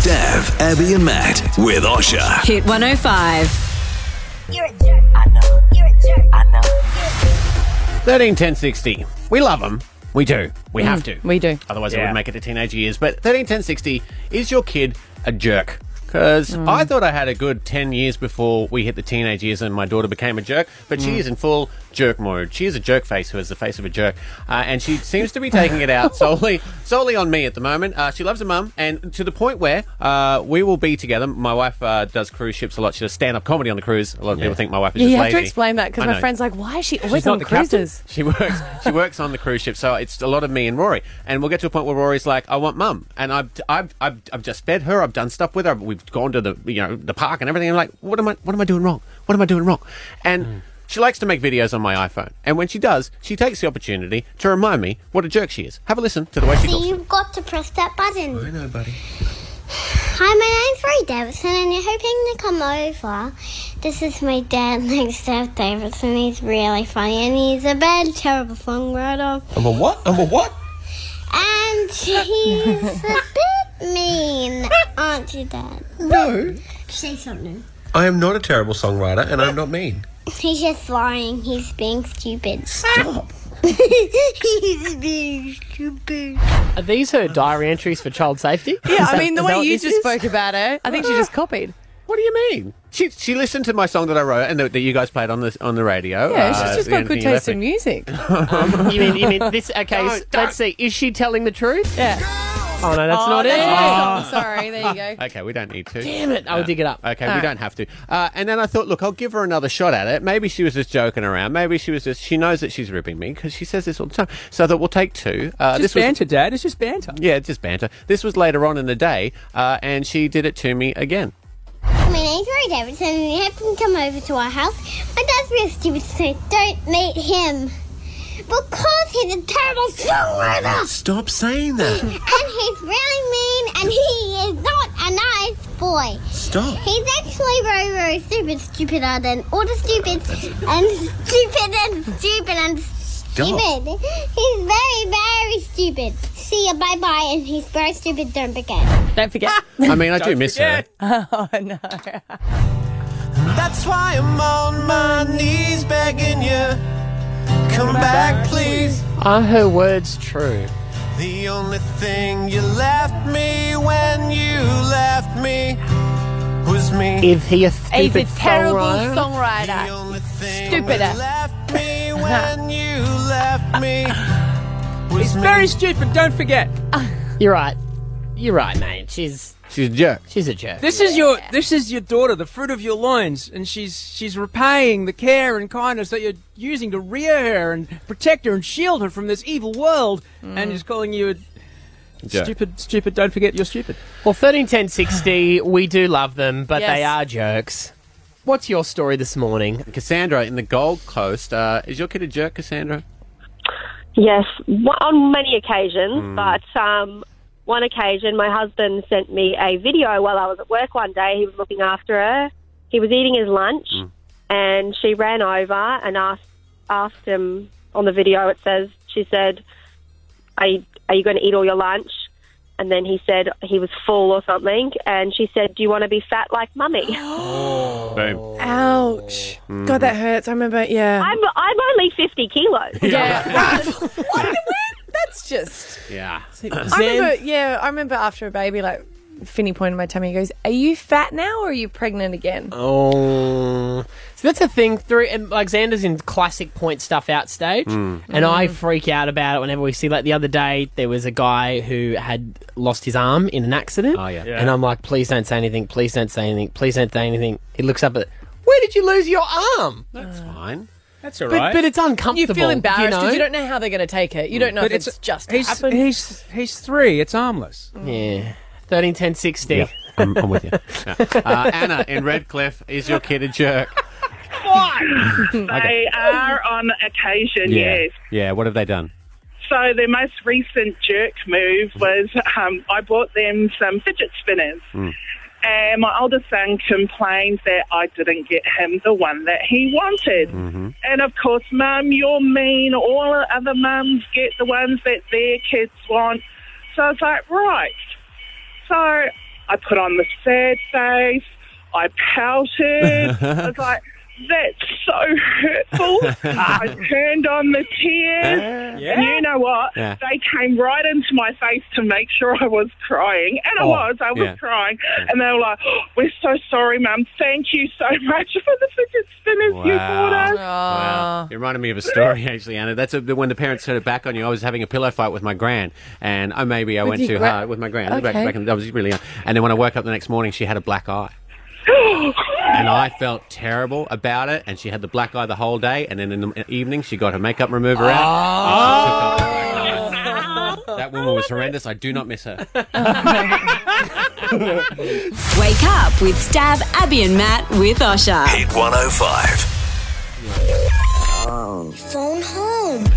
[SPEAKER 18] Stav, Abby, and Matt with Osha.
[SPEAKER 14] oh Hit 105.
[SPEAKER 1] You're a jerk. I know. You're a jerk. I know.
[SPEAKER 5] 13 10 60. We love them. We do. We
[SPEAKER 6] Mm,
[SPEAKER 5] have to.
[SPEAKER 6] We do.
[SPEAKER 5] Otherwise, it
[SPEAKER 6] Yeah.
[SPEAKER 5] would make it to teenage years. But 13 10 60, is your kid a jerk? Because
[SPEAKER 6] Mm.
[SPEAKER 5] I thought I had a good 10 years before we hit the teenage years and my daughter became a jerk, but she
[SPEAKER 6] Mm.
[SPEAKER 5] is in full jerk mode. She is a jerk face who has the face of a jerk, uh, and she seems to be taking it out solely solely on me at the moment. Uh, she loves her mum, and to the point where uh, we will be together. My wife uh, does cruise ships a lot. She does stand up comedy on the cruise. A lot of people think my wife is
[SPEAKER 6] Yeah, you
[SPEAKER 5] just
[SPEAKER 6] have
[SPEAKER 5] lazy.
[SPEAKER 6] to explain that because
[SPEAKER 5] I
[SPEAKER 6] my
[SPEAKER 5] know.
[SPEAKER 6] friend's like, why is she
[SPEAKER 5] She's
[SPEAKER 6] always
[SPEAKER 5] not
[SPEAKER 6] on
[SPEAKER 5] the captain.
[SPEAKER 6] cruises?
[SPEAKER 5] She works. She works on the cruise ship, so it's a lot of me and Rory. And we'll get to a point where Rory's like, "I want mum," and I've, I've, I've, I've just fed her. I've done stuff with her. We've gone to the, you know, the park and everything. I'm like, "What am I? What am I doing wrong? What am I doing wrong?" And
[SPEAKER 6] Mm.
[SPEAKER 5] she likes to make videos on my iPhone. And when she does, she takes the opportunity to remind me what a jerk she is. Have a listen to the way she talks.
[SPEAKER 19] So you've got to press that button. I know,
[SPEAKER 5] buddy.
[SPEAKER 19] Hi, my name's Ray Davidson, and you're hoping to come over. This is my dad, named Steph Davidson. He's really funny, and he's a bad, terrible songwriter.
[SPEAKER 1] I'm a what? I'm a what?
[SPEAKER 19] And he's a bit mean, aren't you, Dad?
[SPEAKER 5] No.
[SPEAKER 19] Say something.
[SPEAKER 5] I am not a terrible songwriter, and I'm not mean.
[SPEAKER 19] He's just lying. He's being stupid. Stop. he's being stupid.
[SPEAKER 3] Are these her diary entries for child safety?
[SPEAKER 6] Yeah,
[SPEAKER 3] Is
[SPEAKER 6] I
[SPEAKER 3] that-
[SPEAKER 6] mean, the
[SPEAKER 3] is that
[SPEAKER 6] way
[SPEAKER 3] what
[SPEAKER 6] you
[SPEAKER 3] this
[SPEAKER 6] just
[SPEAKER 3] is?
[SPEAKER 6] spoke about it, I think she just copied.
[SPEAKER 5] What do you mean? She, she listened to my song that I wrote and that that you guys played on the on the radio.
[SPEAKER 6] Yeah,
[SPEAKER 5] uh,
[SPEAKER 6] she's just
[SPEAKER 5] the
[SPEAKER 6] got
[SPEAKER 5] Anything
[SPEAKER 6] good
[SPEAKER 5] You Left
[SPEAKER 6] taste in music.
[SPEAKER 3] Um, you mean you mean this? Okay, so let's see. Is she telling the truth?
[SPEAKER 6] Yeah.
[SPEAKER 3] Oh no, that's
[SPEAKER 6] Oh,
[SPEAKER 3] not
[SPEAKER 6] that's
[SPEAKER 3] it.
[SPEAKER 6] my song. Sorry, there you go.
[SPEAKER 5] Oh. Okay, we don't need to.
[SPEAKER 3] Damn it, I'll dig it up.
[SPEAKER 5] Okay,
[SPEAKER 3] All
[SPEAKER 5] we
[SPEAKER 3] right.
[SPEAKER 5] don't have to. Uh, and then I thought, look, I'll give her another shot at it. Maybe she was just joking around. Maybe she was just, she knows that she's ripping me because she says this all the time. So I thought, we'll take two. Uh,
[SPEAKER 7] It's just
[SPEAKER 5] was-
[SPEAKER 7] banter, Dad. It's just banter.
[SPEAKER 5] Yeah, it's just banter. This was later on in the day, uh, and she did it to me again.
[SPEAKER 19] My name's Ray Davidson, and you have to come over to our house. My dad's real stupid, so don't meet him. Because he's a terrible songwriter.
[SPEAKER 1] Stop saying
[SPEAKER 19] and he's really mean, and he is not a nice boy.
[SPEAKER 1] Stop.
[SPEAKER 19] He's actually very, very stupid, stupider than all the stupids, and stupid and stupid and stupid. He's very, very stupid. See you, bye bye, and he's very stupid. Don't forget.
[SPEAKER 6] Don't forget.
[SPEAKER 5] I mean, I do miss her.
[SPEAKER 6] Oh, no.
[SPEAKER 1] That's why I'm on my knees begging you. Come back, please.
[SPEAKER 3] Are her words true?
[SPEAKER 1] The only thing you left me when you left me was me.
[SPEAKER 3] If he a
[SPEAKER 1] He's a
[SPEAKER 3] stupid
[SPEAKER 1] terrible
[SPEAKER 3] songwriter?
[SPEAKER 6] songwriter. Stupider.
[SPEAKER 1] Me when you left me.
[SPEAKER 7] It's very stupid. Don't forget.
[SPEAKER 3] You're right. You're right, mate. She's
[SPEAKER 5] she's a jerk.
[SPEAKER 3] She's a jerk.
[SPEAKER 7] This is your this is your daughter, the fruit of your loins, and she's she's repaying the care and kindness that you're using to rear her and protect her and shield her from this evil world,
[SPEAKER 3] Mm.
[SPEAKER 7] and is calling you a
[SPEAKER 3] Jerk.
[SPEAKER 7] stupid, stupid. Don't forget you're stupid.
[SPEAKER 3] Well, thirteen ten sixty. We do love them, but they
[SPEAKER 7] Yes.
[SPEAKER 3] are jerks. What's your story this morning?
[SPEAKER 5] Cassandra in the Gold Coast. Uh, is your kid a jerk, Cassandra?
[SPEAKER 20] Yes, wa- on many occasions,
[SPEAKER 5] Mm.
[SPEAKER 20] but um, one occasion my husband sent me a video while I was at work one day. He was looking after her. He was eating his lunch and she ran over and asked asked him on the video it says she said, "Are you, are you going to eat all your lunch?" And then he said he was full or something and she said, "Do you want to be fat like mummy?"
[SPEAKER 5] Boom.
[SPEAKER 6] Ouch. God, that hurts. I remember, yeah.
[SPEAKER 20] I'm I'm only 50 kilos.
[SPEAKER 6] Yeah. That's just.
[SPEAKER 5] Yeah.
[SPEAKER 6] I remember, yeah, I remember after a baby, like, Finny pointed my tummy. He goes, "Are you fat now, or are you pregnant again?"
[SPEAKER 3] Oh, so that's a thing. Through and like Xander's in classic point stuff outstage,
[SPEAKER 1] Mm.
[SPEAKER 3] and I
[SPEAKER 1] Mm.
[SPEAKER 3] freak out about it whenever we see. Like the other day, there was a guy who had lost his arm in an accident. Oh yeah, and I'm like, please don't say anything. Please don't say anything. Please don't say anything. He looks up at. Where did you lose your arm?
[SPEAKER 5] That's fine.
[SPEAKER 7] That's
[SPEAKER 3] But- right. but it's uncomfortable,
[SPEAKER 6] You feel
[SPEAKER 3] you
[SPEAKER 6] embarrassed because you,
[SPEAKER 3] know?
[SPEAKER 6] don't know how they're going to take it. You don't know
[SPEAKER 7] But
[SPEAKER 6] if it's, just
[SPEAKER 7] he's,
[SPEAKER 6] happened.
[SPEAKER 7] He's he's three. It's harmless.
[SPEAKER 3] Yeah, thirteen ten sixty.
[SPEAKER 5] I'm, I'm with you. Uh, Anna in Redcliffe. Is your kid a jerk?
[SPEAKER 21] They are on occasion, yes.
[SPEAKER 5] Yeah. What have they done?
[SPEAKER 21] So their most recent jerk move was um, I bought them some fidget spinners.
[SPEAKER 16] Hmm.
[SPEAKER 5] Mm.
[SPEAKER 21] And Uh, my older son complained that I didn't get him the one that he wanted.
[SPEAKER 2] Mm-hmm.
[SPEAKER 21] And of course, mum, you're mean. All the other mums get the ones that their kids want. So I was like, right. So I put on the sad face. I pouted. I was like, that's so hurtful. I turned on the tears.
[SPEAKER 2] Yeah.
[SPEAKER 21] And you know what?
[SPEAKER 2] Yeah.
[SPEAKER 21] They came right into my face to make sure I was crying. And I
[SPEAKER 2] Oh,
[SPEAKER 21] was. I was
[SPEAKER 2] yeah.
[SPEAKER 21] crying. And they were like, "Oh, We're so sorry, Mum. Thank you so much for the fidget spinners you bought us.
[SPEAKER 5] Wow. It reminded me of a story actually, Anna. That's a, when the parents turned it back on you. I was having a pillow fight with my gran, and I maybe I
[SPEAKER 21] With
[SPEAKER 5] went
[SPEAKER 21] your
[SPEAKER 5] too
[SPEAKER 21] gran-
[SPEAKER 5] hard with my gran. Back,
[SPEAKER 21] Okay.
[SPEAKER 5] back in, I was really young, and then when I woke up the next morning, she had a black eye, and I felt terrible about it. And she had the black eye the whole day, and then in the evening she got her makeup remover out. and she took off the black
[SPEAKER 6] Oh.
[SPEAKER 5] eye. That woman was horrendous. I do not miss her.
[SPEAKER 14] Wake up with Stab, Abby, and Matt with Osha.
[SPEAKER 10] Hit 105.
[SPEAKER 3] Oh.
[SPEAKER 11] Phone home.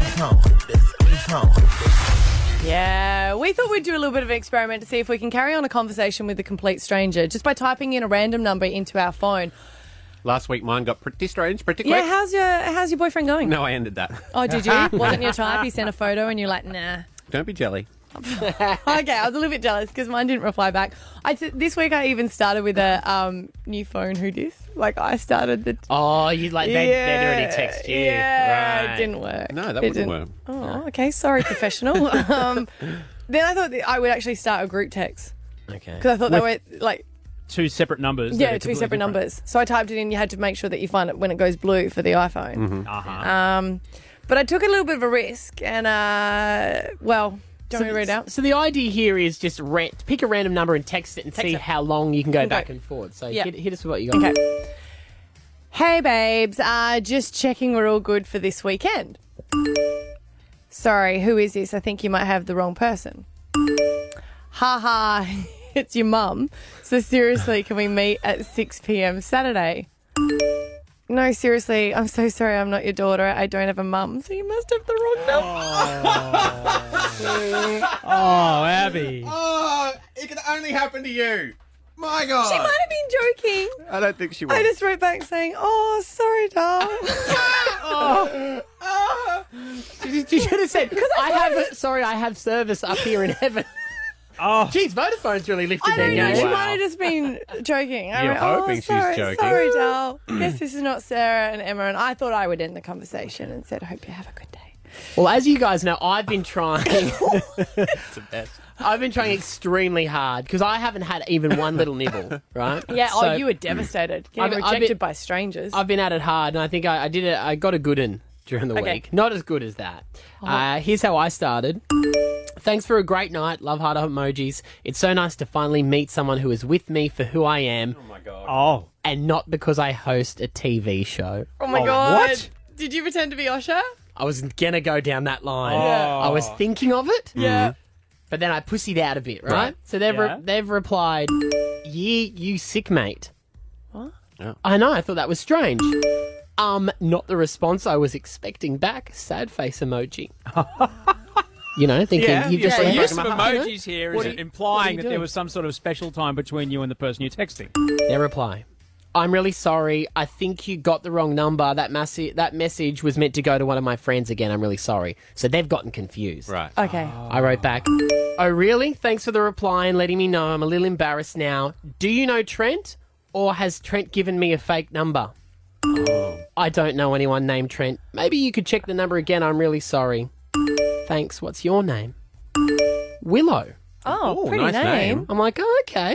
[SPEAKER 6] Yeah, we thought we'd do a little bit of an experiment to see if we can carry on a conversation with a complete stranger just by typing in a random number into our phone.
[SPEAKER 5] Last week mine got pretty strange, pretty
[SPEAKER 6] Yeah,
[SPEAKER 5] quick.
[SPEAKER 6] how's your how's your boyfriend going?
[SPEAKER 5] no, I ended that.
[SPEAKER 6] Oh, did you? Wasn't your type? He sent a photo and you're like, nah.
[SPEAKER 5] Don't be jelly.
[SPEAKER 6] okay, I was a little bit jealous because mine didn't reply back. I t- this week I even started with a um, new phone. Who dis? Like I started the.
[SPEAKER 12] Oh, you like they, they'd
[SPEAKER 6] Yeah,
[SPEAKER 12] already text you.
[SPEAKER 6] Yeah,
[SPEAKER 12] Right.
[SPEAKER 6] it didn't work.
[SPEAKER 12] No, that
[SPEAKER 6] It
[SPEAKER 12] wouldn't
[SPEAKER 6] didn't-
[SPEAKER 12] work.
[SPEAKER 6] Oh, okay. Sorry, professional. um, then I thought that I would actually start a group text
[SPEAKER 7] Okay.
[SPEAKER 6] because I thought they were like
[SPEAKER 7] two separate numbers.
[SPEAKER 6] yeah, two separate numbers. So I typed it in. You had to make sure that you find it when it goes blue for the iPhone.
[SPEAKER 7] Uh-huh.
[SPEAKER 6] Um, but I took a little bit of a risk, and uh, well, do you want me to read it out?
[SPEAKER 3] So the idea here is just ran- pick a random number and text it and see how long you can go
[SPEAKER 6] Okay.
[SPEAKER 3] back and forward. So
[SPEAKER 6] Yeah.
[SPEAKER 3] hit, hit us with what you got. Okay.
[SPEAKER 6] Hey, babes. Uh, just checking we're all good for this weekend. Sorry, who is this? I think you might have the wrong person.
[SPEAKER 5] Mm.
[SPEAKER 6] Ha ha, it's your mum. So, seriously, can we meet at 6 p.m. Saturday? No, seriously, I'm so sorry I'm not your daughter. I don't have a mum, so you must have the wrong number.
[SPEAKER 7] Oh, Abby.
[SPEAKER 5] Oh, it can only happen to you. My God.
[SPEAKER 6] She might have been joking.
[SPEAKER 5] I don't think she was.
[SPEAKER 6] I just wrote back saying, "Oh, sorry, darling."
[SPEAKER 5] Oh.
[SPEAKER 3] You should have said,
[SPEAKER 6] Because I
[SPEAKER 3] I have,
[SPEAKER 6] wanted-
[SPEAKER 3] a, sorry, I have service up here in heaven.
[SPEAKER 7] oh.
[SPEAKER 3] Jeez, Vodafone's really lifted
[SPEAKER 6] I
[SPEAKER 3] their
[SPEAKER 6] don't know. She
[SPEAKER 3] game.
[SPEAKER 6] might have just been joking. I
[SPEAKER 3] You're
[SPEAKER 6] went,
[SPEAKER 3] hoping
[SPEAKER 6] oh,
[SPEAKER 3] she's
[SPEAKER 6] sorry,
[SPEAKER 3] joking.
[SPEAKER 6] Sorry, Dal. Guess this is not Sarah and Emma. And I thought I would end the conversation and said, "Hope you have a good day."
[SPEAKER 3] Well, as you guys know, I've been trying. I've been trying extremely hard because I haven't had even one little nibble, right?
[SPEAKER 6] Yeah.
[SPEAKER 3] So-
[SPEAKER 6] oh, you were devastated. Getting
[SPEAKER 3] I've been- I've
[SPEAKER 6] rejected
[SPEAKER 3] been-
[SPEAKER 6] by strangers.
[SPEAKER 3] I've been at it hard, and I think I, I did it. I got a good un during the
[SPEAKER 6] Okay.
[SPEAKER 3] week. Not as good as that.
[SPEAKER 6] Oh.
[SPEAKER 3] Uh, here's how I started. Thanks for a great night. Love heart emojis. It's so nice to finally meet someone who is with me for who I am. Oh my god.
[SPEAKER 7] Oh.
[SPEAKER 3] And not because I host a TV show.
[SPEAKER 6] oh my god. Did you pretend to be Osha?
[SPEAKER 3] I was gonna go down that line.
[SPEAKER 6] Yeah. Oh.
[SPEAKER 3] I was thinking of it.
[SPEAKER 6] Yeah.
[SPEAKER 3] But then I pussied out a bit, Mm-hmm. right?
[SPEAKER 6] Right.
[SPEAKER 3] So they've
[SPEAKER 6] Yeah.
[SPEAKER 3] re- they've replied, "Ye, you sick mate."
[SPEAKER 6] What?
[SPEAKER 3] I know. I thought that was strange. Um, not the response I was expecting back. Sad face emoji. you know, thinking
[SPEAKER 7] yeah,
[SPEAKER 3] you just
[SPEAKER 7] yeah,
[SPEAKER 3] like,
[SPEAKER 7] the use of
[SPEAKER 3] you know?
[SPEAKER 7] emojis here is
[SPEAKER 3] What are you- what are
[SPEAKER 7] implying
[SPEAKER 3] you
[SPEAKER 7] that there
[SPEAKER 3] doing?
[SPEAKER 7] was some sort of special time between you and the person you're texting.
[SPEAKER 3] Their reply. I'm really sorry. I think you got the wrong number. That massi- that message was meant to go to one of my friends again. I'm really sorry. So they've gotten confused. Right.
[SPEAKER 6] Okay.
[SPEAKER 3] I wrote back, Oh, really? Thanks for the reply and letting me know. I'm a little embarrassed now. Do you know Trent? Or has Trent given me a fake number? I don't know anyone named Trent. Maybe you could check the number again. I'm really sorry. Thanks. What's your name? Willow.
[SPEAKER 6] Oh, pretty name.
[SPEAKER 3] I'm like, oh, okay.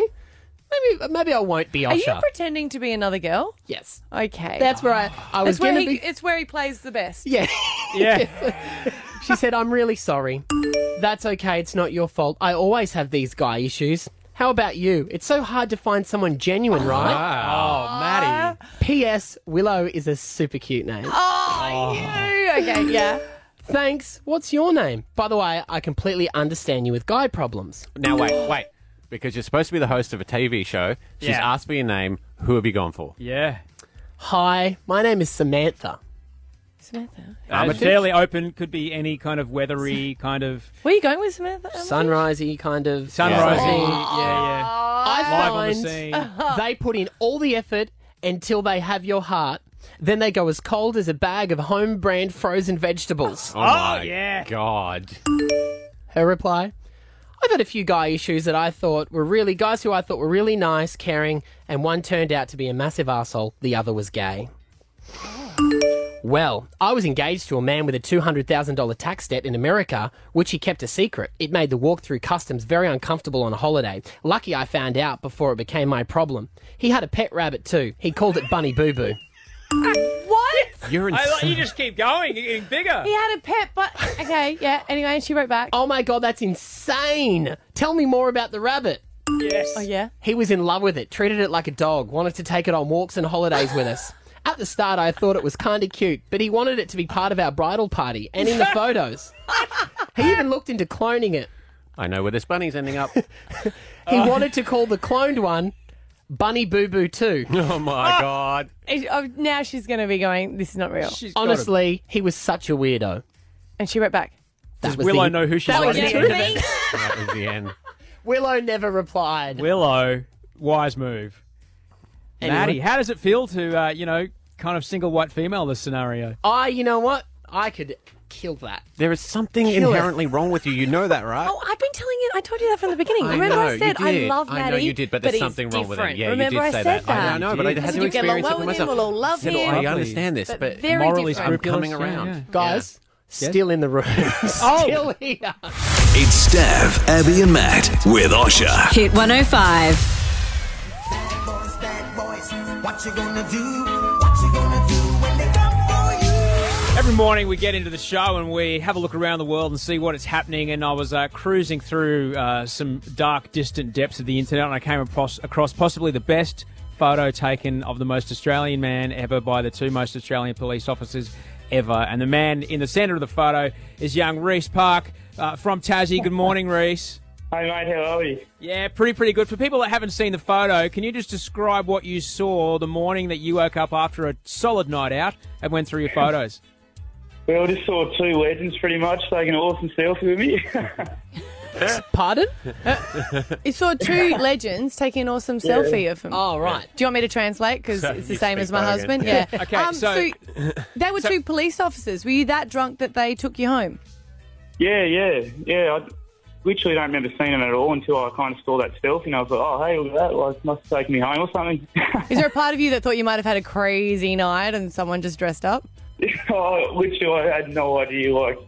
[SPEAKER 3] Maybe maybe I won't be
[SPEAKER 6] Are you
[SPEAKER 3] Osha.
[SPEAKER 6] pretending to be another girl?
[SPEAKER 3] Yes.
[SPEAKER 6] Okay.
[SPEAKER 3] That's where I- I was
[SPEAKER 6] That's where
[SPEAKER 3] gonna
[SPEAKER 6] he-
[SPEAKER 3] be-
[SPEAKER 6] It's where he plays the best.
[SPEAKER 3] Yeah. Yeah. she said, I'm really sorry. That's okay. It's not your fault. I always have these guy issues. How about you? It's so hard to find someone genuine, right?
[SPEAKER 7] Wow. Oh, Maddie.
[SPEAKER 3] P.S. Willow is a super cute name.
[SPEAKER 6] Oh, you. Okay, yeah.
[SPEAKER 3] Thanks. What's your name? By the way, I completely understand you with guy problems.
[SPEAKER 5] Now wait, wait. Because you're supposed to be the host of a TV show. She's
[SPEAKER 3] Yeah.
[SPEAKER 5] asked for your name. Who have you gone for?
[SPEAKER 7] Yeah.
[SPEAKER 3] Hi, my name is Samantha.
[SPEAKER 6] Samantha.
[SPEAKER 7] Uh,
[SPEAKER 3] Armitage?
[SPEAKER 7] fairly open, could be any kind of weathery kind of
[SPEAKER 6] Where are you going with Samantha?
[SPEAKER 3] Sunrisey kind of.
[SPEAKER 7] sunrising.
[SPEAKER 3] Yeah.
[SPEAKER 7] Yeah, yeah. Live on
[SPEAKER 3] I
[SPEAKER 7] the
[SPEAKER 3] find they put in all the effort until they have your heart. Then they go as cold as a bag of home brand frozen vegetables.
[SPEAKER 5] Oh, my God.
[SPEAKER 3] Her reply I've had a few guy issues that I thought were really guys who I thought were really nice, caring, and one turned out to be a massive asshole, the other was gay. Well, I was engaged to a man with a $200,000 tax debt in America, which he kept a secret. It made the walk through customs very uncomfortable on a holiday. Lucky I found out before it became my problem. He had a pet rabbit too. He called it Bunny Boo Boo.
[SPEAKER 6] What?
[SPEAKER 3] You're
[SPEAKER 7] I like, you just keep going. You're getting bigger.
[SPEAKER 6] He had a pet, but okay, yeah. Anyway, and she wrote back.
[SPEAKER 3] Oh my god, that's insane! Tell me more about the rabbit.
[SPEAKER 7] Yes.
[SPEAKER 6] Oh yeah.
[SPEAKER 3] He was in love with it, treated it like a dog, wanted to take it on walks and holidays with us. At the start, I thought it was kind of cute, but he wanted it to be part of our bridal party and in the photos. He even looked into cloning it.
[SPEAKER 5] I know where this bunny's ending up.
[SPEAKER 3] He wanted to call the cloned one Bunny Boo Boo 2.
[SPEAKER 5] Oh
[SPEAKER 6] Ah.
[SPEAKER 5] my god.
[SPEAKER 6] Is- oh, now she's going to be going. This is not real.
[SPEAKER 3] Honestly, he was such a weirdo.
[SPEAKER 6] And she wrote back.
[SPEAKER 3] That
[SPEAKER 7] Does
[SPEAKER 3] was
[SPEAKER 7] Willow
[SPEAKER 3] the-
[SPEAKER 7] know who she's
[SPEAKER 3] that was
[SPEAKER 7] writing
[SPEAKER 3] the
[SPEAKER 7] to?
[SPEAKER 3] end of it.
[SPEAKER 5] that was the end.
[SPEAKER 3] Willow never replied.
[SPEAKER 7] Willow, wise move.
[SPEAKER 3] Anyway.
[SPEAKER 7] Maddie, how does it feel to, uh, you know, kind of single white female this scenario?
[SPEAKER 3] I, you know what? I could kill that.
[SPEAKER 5] There is something
[SPEAKER 3] Kill it.
[SPEAKER 5] inherently wrong with you. You know that, right?
[SPEAKER 6] Oh, I've been telling you. I told you that from the beginning.
[SPEAKER 5] I
[SPEAKER 6] Remember,
[SPEAKER 5] know,
[SPEAKER 6] I
[SPEAKER 5] you
[SPEAKER 6] said I
[SPEAKER 5] did.
[SPEAKER 6] love
[SPEAKER 5] I know
[SPEAKER 6] Maddie.
[SPEAKER 5] you did, but there's
[SPEAKER 6] he's
[SPEAKER 5] something wrong with him.
[SPEAKER 6] different.
[SPEAKER 5] Yeah, you did
[SPEAKER 6] Remember I
[SPEAKER 5] say
[SPEAKER 6] said
[SPEAKER 5] that. I know, but I had
[SPEAKER 6] said
[SPEAKER 5] to
[SPEAKER 6] you'll get along
[SPEAKER 5] experience it
[SPEAKER 6] well
[SPEAKER 5] for
[SPEAKER 6] with him.
[SPEAKER 5] myself.
[SPEAKER 6] We'll all love
[SPEAKER 5] Said,
[SPEAKER 6] him.
[SPEAKER 5] "Oh, I understand this, but
[SPEAKER 6] very
[SPEAKER 5] morally
[SPEAKER 6] different.
[SPEAKER 5] I'm coming around.
[SPEAKER 3] Guys, Oh. still in the room. Still here.
[SPEAKER 10] It's Stav, Abby, and Matt with Osha.
[SPEAKER 14] Hit 105.
[SPEAKER 9] What you gonna do? What you gonna do when they come for you?
[SPEAKER 7] Every morning we get into the show and we have a look around the world and see what is happening. And I was uh, cruising through uh, some dark, distant depths of the internet and I came across, across possibly the best photo taken of the most Australian man ever by the two most Australian police officers ever. And the man in the centre of the photo is young Reese Park uh, from Tassie. Good morning, Reese.
[SPEAKER 22] Hi, mate. How are you?
[SPEAKER 7] Yeah, pretty, pretty good. For people that haven't seen the photo, can you just describe what you saw the morning that you woke up after a solid night out and went through your photos?
[SPEAKER 22] Well, just saw two legends pretty much taking an awesome selfie with me.
[SPEAKER 3] Pardon?
[SPEAKER 6] You saw two legends taking an awesome
[SPEAKER 22] Yeah.
[SPEAKER 6] selfie of him.
[SPEAKER 3] Oh, right.
[SPEAKER 6] Do you want me to translate? Because
[SPEAKER 3] So
[SPEAKER 6] it's the
[SPEAKER 3] you
[SPEAKER 6] same
[SPEAKER 3] speak
[SPEAKER 6] as my
[SPEAKER 3] Bogan.
[SPEAKER 6] husband. Yeah.
[SPEAKER 7] Okay,
[SPEAKER 6] Um,
[SPEAKER 7] so,
[SPEAKER 6] they were
[SPEAKER 7] So-
[SPEAKER 6] two police officers. Were you that drunk that they took you home?
[SPEAKER 22] yeah, yeah, yeah. I literally don't remember seeing him at all until I kind of saw that selfie and I was like, oh, hey, look at that. Like, must have taken me home or something.
[SPEAKER 6] Is there a part of you that thought you might have had a crazy night and someone just dressed up?
[SPEAKER 22] oh, literally, I had no idea. Like,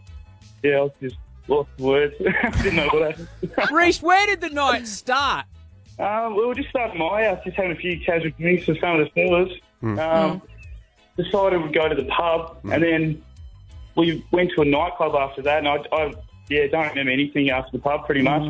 [SPEAKER 22] yeah, I was just lost for words. Didn't know what happened.
[SPEAKER 7] Reese, where did the night start?
[SPEAKER 22] Um, we were just starting my house, just having a few casual drinks with some of the fellas.
[SPEAKER 23] Mm.
[SPEAKER 22] Um, Decided we'd go to the pub, and then we went to a nightclub after that. And I, I yeah, don't remember anything after the pub, pretty much.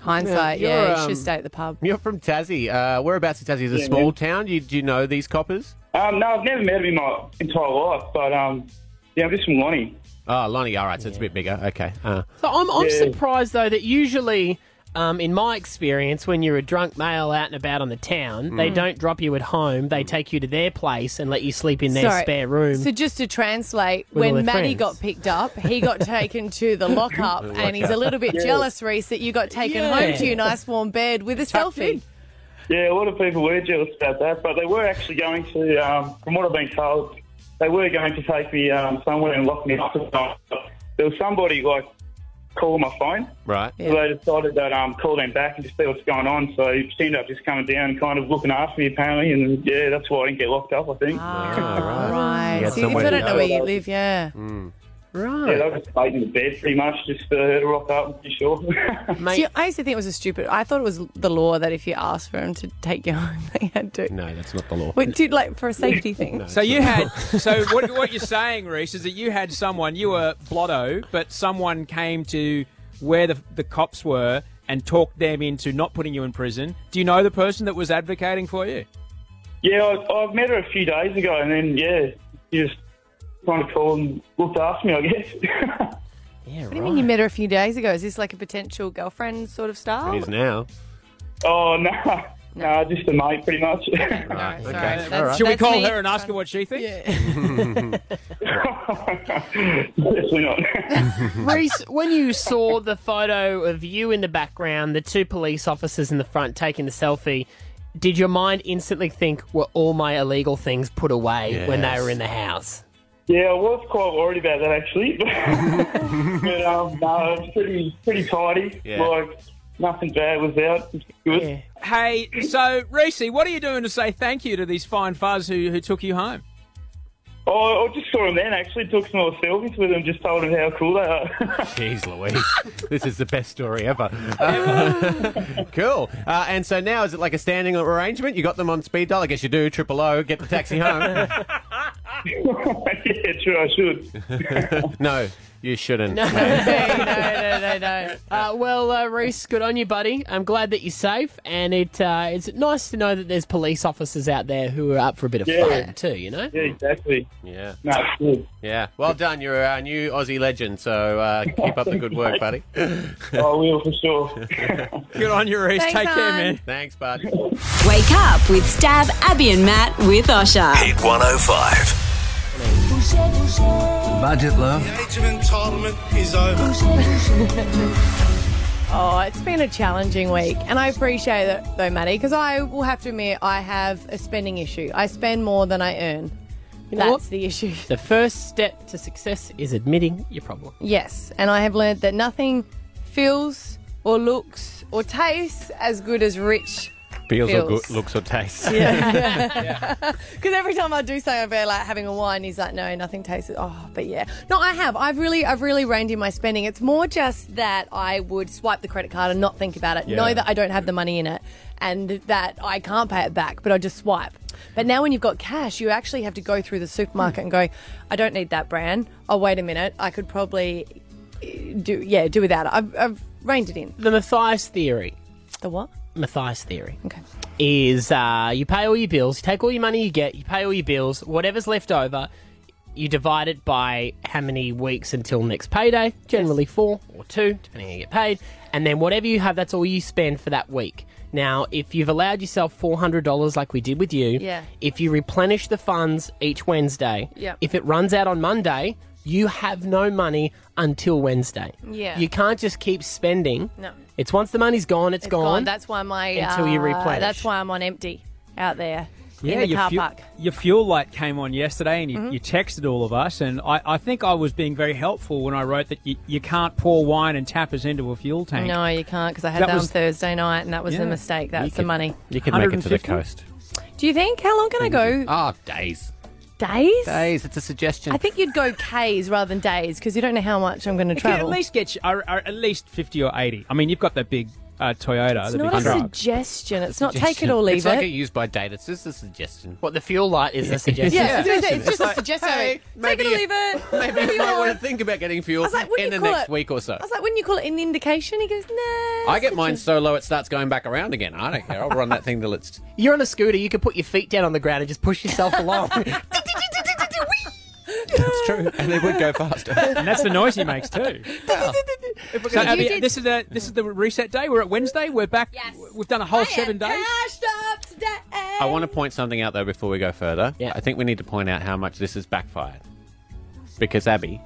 [SPEAKER 6] Hindsight,
[SPEAKER 22] Yeah,
[SPEAKER 6] yeah,
[SPEAKER 22] you're,
[SPEAKER 6] you
[SPEAKER 22] um,
[SPEAKER 6] should stay at the pub.
[SPEAKER 5] You're from Tassie. Uh, whereabouts in Tassie? Is it a
[SPEAKER 22] Yeah,
[SPEAKER 5] small
[SPEAKER 22] man.
[SPEAKER 5] town? You, do you know these coppers?
[SPEAKER 22] But, um, no, I've never met him in my entire life, but um, yeah, I'm just from Lonnie.
[SPEAKER 5] Oh, Lonnie. All right, so it's a bit bigger. Okay. Uh,
[SPEAKER 3] So I'm, I'm
[SPEAKER 22] Yeah.
[SPEAKER 3] surprised though that usually, um, in my experience, when you're a drunk male out and about on the town, they
[SPEAKER 6] Mm.
[SPEAKER 3] don't drop you at home. They take you to their place and let you sleep in their
[SPEAKER 6] Sorry.
[SPEAKER 3] spare room.
[SPEAKER 6] So just to translate,
[SPEAKER 3] With all
[SPEAKER 6] when
[SPEAKER 3] their
[SPEAKER 6] Maddie
[SPEAKER 3] friends.
[SPEAKER 6] got picked up, he got taken to the lockup,
[SPEAKER 3] The
[SPEAKER 6] and he's a
[SPEAKER 3] lockup.
[SPEAKER 6] little bit
[SPEAKER 22] Yeah.
[SPEAKER 6] jealous, Reese, that you got taken
[SPEAKER 22] Yeah.
[SPEAKER 6] home to your nice warm bed with a selfie.
[SPEAKER 22] Yeah, a lot of people were jealous about that, but they were actually going to, um, from what I've been told, they were going to take me um, somewhere and lock me up. or something. But There was somebody like calling my phone.
[SPEAKER 5] right.
[SPEAKER 22] So they decided that um, call them back and just see what's going on. So she ended up just coming down and kind of looking after me apparently, and yeah, that's why I didn't get locked up. I think.
[SPEAKER 6] Ah, Right.
[SPEAKER 22] You had
[SPEAKER 6] So if
[SPEAKER 22] somewhere
[SPEAKER 6] I
[SPEAKER 22] to
[SPEAKER 6] don't know
[SPEAKER 22] go.
[SPEAKER 6] where you live, yeah.
[SPEAKER 22] Yeah,
[SPEAKER 6] Right.
[SPEAKER 22] they were just waiting in the bed pretty much just for her to rock up and be sure.
[SPEAKER 6] See, I used to think it was a stupid. I thought it was the law that if you asked for him to take you home, they had to.
[SPEAKER 5] No, that's not the law.
[SPEAKER 6] Wait, dude, like for a safety thing.
[SPEAKER 7] So you had. So what, what you're saying, Reese, is that you had someone. You were Blotto, but someone came to where the, the cops were and talked them into not putting you in prison. Do you know the person that was advocating for you?
[SPEAKER 22] yeah, I, I met her a few days ago, and then yeah, she just kind of called and looked after me, I guess.
[SPEAKER 6] What do you mean you met her a few days ago? Is this like a potential girlfriend sort of style?
[SPEAKER 5] It is now.
[SPEAKER 22] Oh no, no, just a mate, pretty much.
[SPEAKER 5] Right.
[SPEAKER 6] sorry, that's-
[SPEAKER 5] All right.
[SPEAKER 7] Should we
[SPEAKER 6] that's
[SPEAKER 7] call
[SPEAKER 6] me.
[SPEAKER 7] her and ask her what she thinks?
[SPEAKER 22] Definitely not.
[SPEAKER 3] Reese, when you saw the photo of you in the background, the two police officers in the front taking the selfie, did your mind instantly think, were all my illegal things put away when they
[SPEAKER 22] Yes.
[SPEAKER 3] were in the house?
[SPEAKER 22] Yeah, I was quite worried about that actually, but um, no, it was pretty pretty tidy.
[SPEAKER 7] Yeah.
[SPEAKER 22] Like nothing bad was out. It was good.
[SPEAKER 7] Hey, so Reese, what are you doing to say thank you to these fine fuzz who, who took you home?
[SPEAKER 22] Oh, I just saw him then. Actually, took some more selfies with him. Just told him how cool they are.
[SPEAKER 5] Jeez Louise. this is the best story ever. Uh, cool. Uh, and so now is it like a standing arrangement? You got them on speed dial? I guess you do. Triple O, get the taxi home.
[SPEAKER 22] yeah, true. I should.
[SPEAKER 5] no, you shouldn't.
[SPEAKER 3] No, no, no, no, no. Uh, well, uh, Reese, good on you, buddy. I'm glad that you're safe, and it uh, it's nice to know that there's police officers out there who are up for a bit of
[SPEAKER 5] Yeah.
[SPEAKER 3] fun too. You know.
[SPEAKER 22] Yeah, exactly.
[SPEAKER 5] Yeah.
[SPEAKER 22] No, it's good.
[SPEAKER 5] Yeah. Well done. You're our new Aussie legend. So uh, keep up the good work, buddy. I
[SPEAKER 22] will for sure.
[SPEAKER 5] good on you,
[SPEAKER 14] Reece. Thanks, Take care, hon. man.
[SPEAKER 5] Thanks, bud.
[SPEAKER 14] Wake up with Stab, Abby, and Matt with Osha.
[SPEAKER 10] Hit 105. Budget love.
[SPEAKER 9] The age of entitlement is over.
[SPEAKER 6] Oh, it's been a challenging week, and I appreciate it though, Maddie, because I will have to admit I have a spending issue. I spend more than I earn.
[SPEAKER 3] You know
[SPEAKER 6] That's
[SPEAKER 3] what?
[SPEAKER 6] the issue.
[SPEAKER 3] The first step to success is admitting your problem.
[SPEAKER 6] Yes, and I have learned that nothing feels or looks or tastes as good as rich
[SPEAKER 5] Feels or
[SPEAKER 6] Feels.
[SPEAKER 5] good, looks or tastes.
[SPEAKER 6] Yeah. Because every time I do say about like having a wine, he's like, no, nothing tastes. Oh, but yeah. No, I have. I've really, I've really reined in my spending. It's more just that I would swipe the credit card and not think about it,
[SPEAKER 11] Yeah.
[SPEAKER 6] know that I don't have the money in it, and that I can't pay it back, but I just swipe. But now when you've got cash, you actually have to go through the supermarket and go, I don't need that brand. Oh, wait a minute. I could probably eh, do, yeah, do without it. I've, I've reined it in.
[SPEAKER 3] The Matthias theory.
[SPEAKER 6] The what?
[SPEAKER 3] Matthias theory. Okay. Is uh, you pay all your bills, you take all your money you get, you pay all your bills, whatever's left over, you divide it by how many weeks until next payday, generally four or two, depending on how you get paid, and then whatever you have, that's all you spend for that week. Now, if you've allowed yourself $400 like we did with you,
[SPEAKER 6] Yeah.
[SPEAKER 3] if you replenish the funds each Wednesday,
[SPEAKER 6] Yep.
[SPEAKER 3] if it runs out on Monday, you have no money until Wednesday.
[SPEAKER 6] Yeah.
[SPEAKER 3] You can't just keep spending.
[SPEAKER 6] No.
[SPEAKER 3] It's once the money's gone, it's
[SPEAKER 6] It's gone. That's why my
[SPEAKER 3] Until you
[SPEAKER 6] uh,
[SPEAKER 3] replenish.
[SPEAKER 6] That's why I'm on empty out there in
[SPEAKER 7] Yeah,
[SPEAKER 6] the
[SPEAKER 7] your,
[SPEAKER 6] car
[SPEAKER 7] fuel,
[SPEAKER 6] park.
[SPEAKER 7] your fuel light came on yesterday and you,
[SPEAKER 6] Mhm.
[SPEAKER 7] you texted all of us. And I, I think I was being very helpful when I wrote that you, you can't pour wine and tappers into a fuel tank.
[SPEAKER 6] No, you can't because I had
[SPEAKER 7] That
[SPEAKER 6] that,
[SPEAKER 7] was-
[SPEAKER 6] on Thursday night, and that was
[SPEAKER 7] Yeah.
[SPEAKER 6] the mistake.
[SPEAKER 7] You
[SPEAKER 6] That's the
[SPEAKER 7] could-
[SPEAKER 6] money.
[SPEAKER 5] You could make it to the coast.
[SPEAKER 6] Do you think? How long can I go?
[SPEAKER 5] Ah, days.
[SPEAKER 6] Days?
[SPEAKER 5] Days. It's a suggestion.
[SPEAKER 6] I think you'd go Ks rather than days because you don't know how much I'm going to
[SPEAKER 7] It could at
[SPEAKER 6] travel.
[SPEAKER 7] least get you, or, or at least 50 or 80. I mean, you've got that big uh, Toyota.
[SPEAKER 6] It's
[SPEAKER 7] the
[SPEAKER 6] not
[SPEAKER 7] big
[SPEAKER 6] a
[SPEAKER 7] truck.
[SPEAKER 6] suggestion. It's not take it or leave
[SPEAKER 5] It's
[SPEAKER 6] it.
[SPEAKER 5] like a use by date. It's just a suggestion.
[SPEAKER 3] What the fuel light is a suggestion.
[SPEAKER 6] yeah, it's, it's just a
[SPEAKER 5] like,
[SPEAKER 6] suggestion.
[SPEAKER 5] hey,
[SPEAKER 6] take it or
[SPEAKER 5] you-
[SPEAKER 6] leave it.
[SPEAKER 5] Maybe
[SPEAKER 6] Whatever
[SPEAKER 5] you
[SPEAKER 6] you
[SPEAKER 5] might want
[SPEAKER 6] want.
[SPEAKER 5] to think about getting fuel
[SPEAKER 6] was like, what do
[SPEAKER 5] in
[SPEAKER 6] you
[SPEAKER 5] the
[SPEAKER 6] call
[SPEAKER 5] next
[SPEAKER 6] it?
[SPEAKER 5] week or so.
[SPEAKER 6] I was like, wouldn't you call it an indication? He goes, no.
[SPEAKER 5] I get mine so low it starts going back around again. I don't care. I'll run that thing till it's.
[SPEAKER 3] You're on a scooter, you could put your feet down on the ground and just push yourself along.
[SPEAKER 5] That's true. And it would go faster.
[SPEAKER 7] and that's the noise he makes too. So,
[SPEAKER 5] You
[SPEAKER 7] Abby,
[SPEAKER 5] did-
[SPEAKER 7] this is the this is the reset day. We're at Wednesday. We're back. We've done a whole seven days.
[SPEAKER 5] I want to point something out though before we go further. Yeah. I think we need to point out how much this has backfired. Because Abby,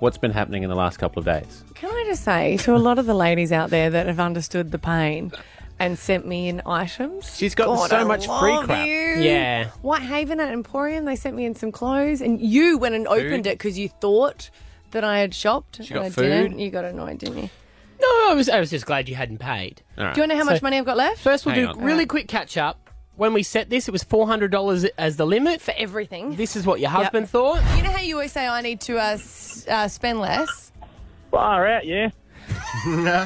[SPEAKER 5] what's been happening in the last couple of days?
[SPEAKER 6] Can I just say to a lot of the ladies out there that have understood the pain and sent me in items?
[SPEAKER 5] She's gotten
[SPEAKER 6] God,
[SPEAKER 5] so
[SPEAKER 6] I
[SPEAKER 5] much free
[SPEAKER 6] love
[SPEAKER 5] crap.
[SPEAKER 6] you.
[SPEAKER 5] Yeah.
[SPEAKER 6] Whitehaven at Emporium, they sent me in some clothes, and you went and opened
[SPEAKER 3] Food.
[SPEAKER 6] it because you thought that I had shopped.
[SPEAKER 3] She
[SPEAKER 6] and
[SPEAKER 3] got
[SPEAKER 6] I
[SPEAKER 3] food.
[SPEAKER 6] didn't. You got annoyed, didn't you?
[SPEAKER 3] No, I was, I was just glad you hadn't paid.
[SPEAKER 6] Do you want to know how
[SPEAKER 3] So,
[SPEAKER 6] much money I've got left?
[SPEAKER 3] First, we'll do really quick catch up. When we set this, it was $400 as the limit. For
[SPEAKER 6] everything.
[SPEAKER 3] This is what your husband thought.
[SPEAKER 6] You know how you always say I need to uh, s- uh, spend less?
[SPEAKER 3] Far out, yeah.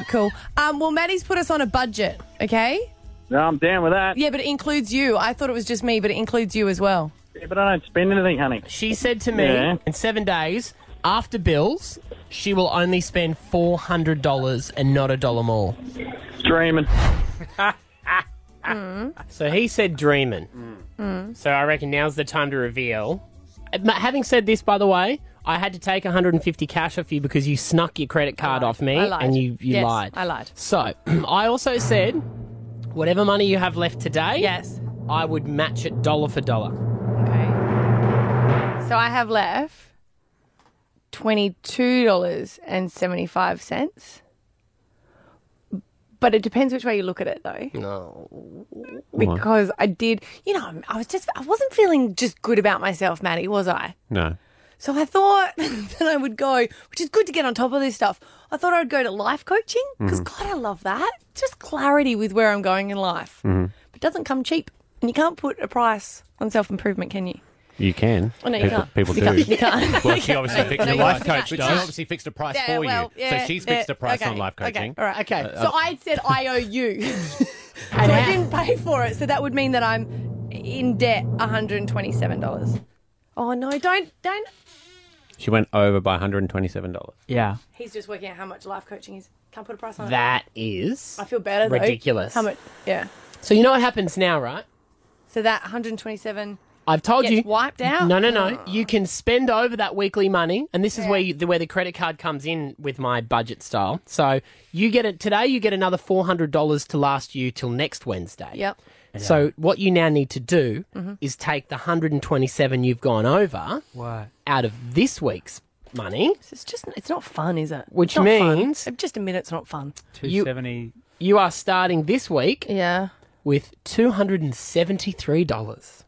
[SPEAKER 6] cool. Um, well, Maddie's put us on a budget, okay?
[SPEAKER 4] No, I'm down with that.
[SPEAKER 6] Yeah, but it includes you. I thought it was just me, but it includes you as well.
[SPEAKER 4] Yeah, but I don't spend anything, honey.
[SPEAKER 3] She said to me,
[SPEAKER 4] Yeah.
[SPEAKER 3] in seven days, after bills, she will only spend $400 and not a dollar more.
[SPEAKER 4] Dreaming.
[SPEAKER 6] Hmm?
[SPEAKER 3] So he said dreaming.
[SPEAKER 6] Mm.
[SPEAKER 3] So I reckon now's the time to reveal. Uh, ma- Having said this, by the way, I had to take 150 cash off you because you snuck your credit card off me
[SPEAKER 6] I lied.
[SPEAKER 3] and you, you
[SPEAKER 6] Yes,
[SPEAKER 3] lied.
[SPEAKER 6] I lied.
[SPEAKER 3] So I also said, whatever money you have left today,
[SPEAKER 6] yes,
[SPEAKER 3] I would match it dollar for dollar.
[SPEAKER 6] So I have left twenty-two dollars and seventy-five cents. But it depends which way you look at it, though.
[SPEAKER 3] No.
[SPEAKER 6] Because I did, you know, I'm- I was just, I wasn't feeling just good about myself, Maddie, was I?
[SPEAKER 5] No.
[SPEAKER 6] So I thought that I would go, which is good to get on top of this stuff. I thought I'd go to life coaching because
[SPEAKER 4] Mhm.
[SPEAKER 6] God, I love that. Just clarity with where I'm going in life.
[SPEAKER 4] Mm-hmm.
[SPEAKER 6] But it doesn't come cheap. And you can't put a price on self improvement, can you?
[SPEAKER 5] You can.
[SPEAKER 6] Oh, no, you
[SPEAKER 5] people,
[SPEAKER 6] can't.
[SPEAKER 5] people
[SPEAKER 6] You
[SPEAKER 5] do.
[SPEAKER 6] can't- you can't.
[SPEAKER 5] Well, she obviously
[SPEAKER 6] No,
[SPEAKER 5] fixed
[SPEAKER 6] you
[SPEAKER 5] the life
[SPEAKER 6] can't.
[SPEAKER 5] coach. But she
[SPEAKER 6] No.
[SPEAKER 5] obviously fixed the price
[SPEAKER 6] Yeah,
[SPEAKER 5] for you.
[SPEAKER 6] well, yeah,
[SPEAKER 5] so she's
[SPEAKER 6] yeah,
[SPEAKER 5] fixed the price
[SPEAKER 6] okay,
[SPEAKER 5] on life
[SPEAKER 6] okay,
[SPEAKER 5] coaching.
[SPEAKER 6] all right, okay.
[SPEAKER 5] Uh,
[SPEAKER 6] so
[SPEAKER 5] uh,
[SPEAKER 6] I said I owe you, and I didn't pay for it. So that would mean that I'm in debt one hundred and twenty-seven dollars. Oh no! Don't don't.
[SPEAKER 5] She went over by $127.
[SPEAKER 3] Yeah.
[SPEAKER 6] He's just working out how much life coaching is. Can't put a price on
[SPEAKER 3] That is
[SPEAKER 6] it. I feel better. though.
[SPEAKER 3] ridiculous.
[SPEAKER 6] How much? Yeah.
[SPEAKER 3] So you know what happens now, right?
[SPEAKER 6] So that one hundred twenty-seven.
[SPEAKER 3] I've told
[SPEAKER 6] Gets
[SPEAKER 3] you
[SPEAKER 6] wiped out?
[SPEAKER 3] No, no, no. You can spend over that weekly money, and this is where you, the, where the credit card comes in with my budget style. So you get it today. You get another four hundred dollars to last you till next Wednesday.
[SPEAKER 6] Yep.
[SPEAKER 3] So what you now need to do
[SPEAKER 6] Mhm.
[SPEAKER 3] is take the 127 you've gone over
[SPEAKER 7] What?
[SPEAKER 3] out of this week's money.
[SPEAKER 6] It's just it's not fun, is it?
[SPEAKER 3] Which
[SPEAKER 6] It's not fun.
[SPEAKER 3] means
[SPEAKER 6] just admit it's not fun.
[SPEAKER 3] You-
[SPEAKER 7] 270.
[SPEAKER 3] You are starting this week,
[SPEAKER 6] yeah,
[SPEAKER 3] with two hundred and seventy-three dollars.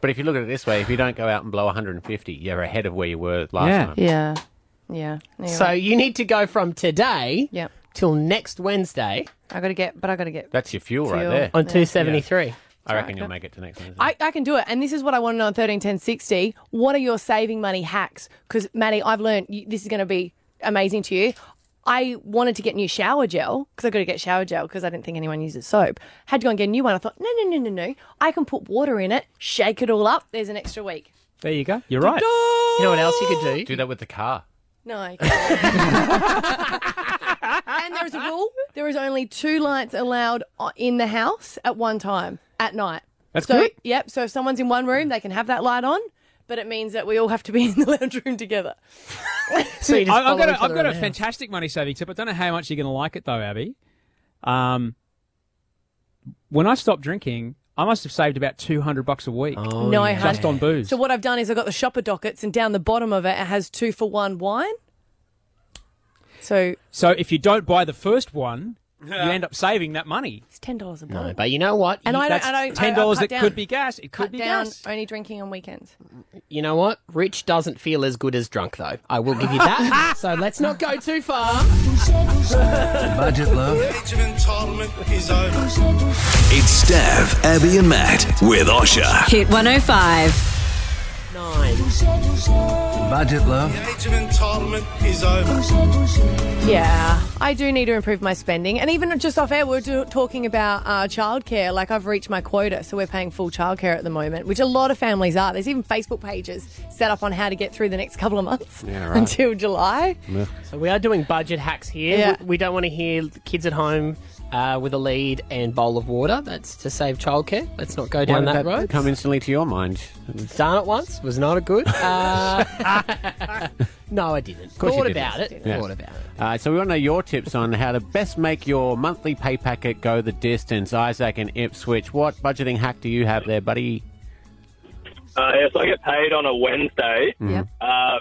[SPEAKER 5] But if you look at it this way, if you don't go out and blow 150, you're ahead of where you were last
[SPEAKER 3] Yeah.
[SPEAKER 5] time.
[SPEAKER 6] Yeah. Yeah.
[SPEAKER 3] So you need to go from today
[SPEAKER 6] Yep.
[SPEAKER 3] till next Wednesday.
[SPEAKER 6] I got to get, but I got to get.
[SPEAKER 5] That's your fuel, right
[SPEAKER 6] Fuel.
[SPEAKER 5] there.
[SPEAKER 3] On
[SPEAKER 6] Yeah.
[SPEAKER 3] 273.
[SPEAKER 5] I reckon you'll
[SPEAKER 6] okay.
[SPEAKER 5] make it to next one.
[SPEAKER 6] I, I can do it. And this is what I want to know on 13, 10, 60. What are your saving money hacks? Because, Maddie, I've learned you, this is going to be amazing to you. I wanted to get new shower gel because I got to get shower gel because I didn't think anyone uses soap. Had to go and get a new one. I thought, no, no, no, no, no. I can put water in it, shake it all up. There's an extra week.
[SPEAKER 7] There you go. You're right. You
[SPEAKER 5] know what else you could do? Do that with the car.
[SPEAKER 6] No. I can't. and there is a rule there is only two lights allowed o- in the house at one time at night.
[SPEAKER 7] That's
[SPEAKER 6] so,
[SPEAKER 7] good.
[SPEAKER 6] Yep. So if someone's in one room, they can have that light on, but it means that we all have to be in the lounge room together.
[SPEAKER 3] So you just
[SPEAKER 7] I, have
[SPEAKER 3] follow
[SPEAKER 7] got,
[SPEAKER 3] each
[SPEAKER 7] a, I've
[SPEAKER 3] other
[SPEAKER 7] got a
[SPEAKER 3] around.
[SPEAKER 7] fantastic money saving tip. I don't know how much you're going to like it though, Abby. Um, when I stopped drinking, I must have saved about two hundred bucks a week.
[SPEAKER 6] No, Oh, yeah. hun.
[SPEAKER 7] Oh, just on booze.
[SPEAKER 6] So what I've done is I've got the shopper dockets, and down the bottom of it, it has two for one wine. So
[SPEAKER 7] So if you don't buy the first one, you end up saving that money.
[SPEAKER 6] it's ten dollars a bottle.
[SPEAKER 3] but you know what?
[SPEAKER 6] And I don't,
[SPEAKER 7] That's
[SPEAKER 6] I don't. I- I
[SPEAKER 7] ten dollars
[SPEAKER 6] cut
[SPEAKER 7] that
[SPEAKER 6] down-
[SPEAKER 7] could be gas. It could
[SPEAKER 6] cut
[SPEAKER 7] be
[SPEAKER 6] down
[SPEAKER 7] gas.
[SPEAKER 6] Only drinking on weekends.
[SPEAKER 3] You know what? Rich doesn't feel as good as drunk, though. I will give you that. so let's not go too far.
[SPEAKER 10] Budget love.
[SPEAKER 9] Age of entitlement is over.
[SPEAKER 10] It's Stav, Abby, and Matt with Osha.
[SPEAKER 14] Hit 105.
[SPEAKER 3] Nine.
[SPEAKER 10] Budget love.
[SPEAKER 9] Age of entitlement is over.
[SPEAKER 6] Yeah, I do need to improve my spending. And even just off air, we are do- talking about uh, childcare. Like, I've reached my quota, so we're paying full childcare at the moment, which a lot of families are. There's even Facebook pages set up on how to get through the next couple of months
[SPEAKER 3] Yeah, right.
[SPEAKER 6] until July.
[SPEAKER 3] So we are doing budget hacks here.
[SPEAKER 6] Yeah.
[SPEAKER 3] We, we don't want to hear kids at home uh, with a lead and bowl of water. That's to save childcare. Let's not go
[SPEAKER 5] Why
[SPEAKER 3] down
[SPEAKER 5] did
[SPEAKER 3] that,
[SPEAKER 5] that
[SPEAKER 3] road.
[SPEAKER 5] come instantly to your mind?
[SPEAKER 3] Done it once. Was not a good. Uh, no, I didn't.
[SPEAKER 5] Of course
[SPEAKER 3] Thought
[SPEAKER 5] you did
[SPEAKER 3] about it.
[SPEAKER 5] Yeah.
[SPEAKER 3] Thought about it.
[SPEAKER 5] Uh, so we want to know your tips on how to best make your monthly pay packet go the distance. Isaac and Ipswich, what budgeting hack do you have there, buddy?
[SPEAKER 8] Uh, yeah, so I get paid on a Wednesday.
[SPEAKER 5] Yep.
[SPEAKER 8] Uh,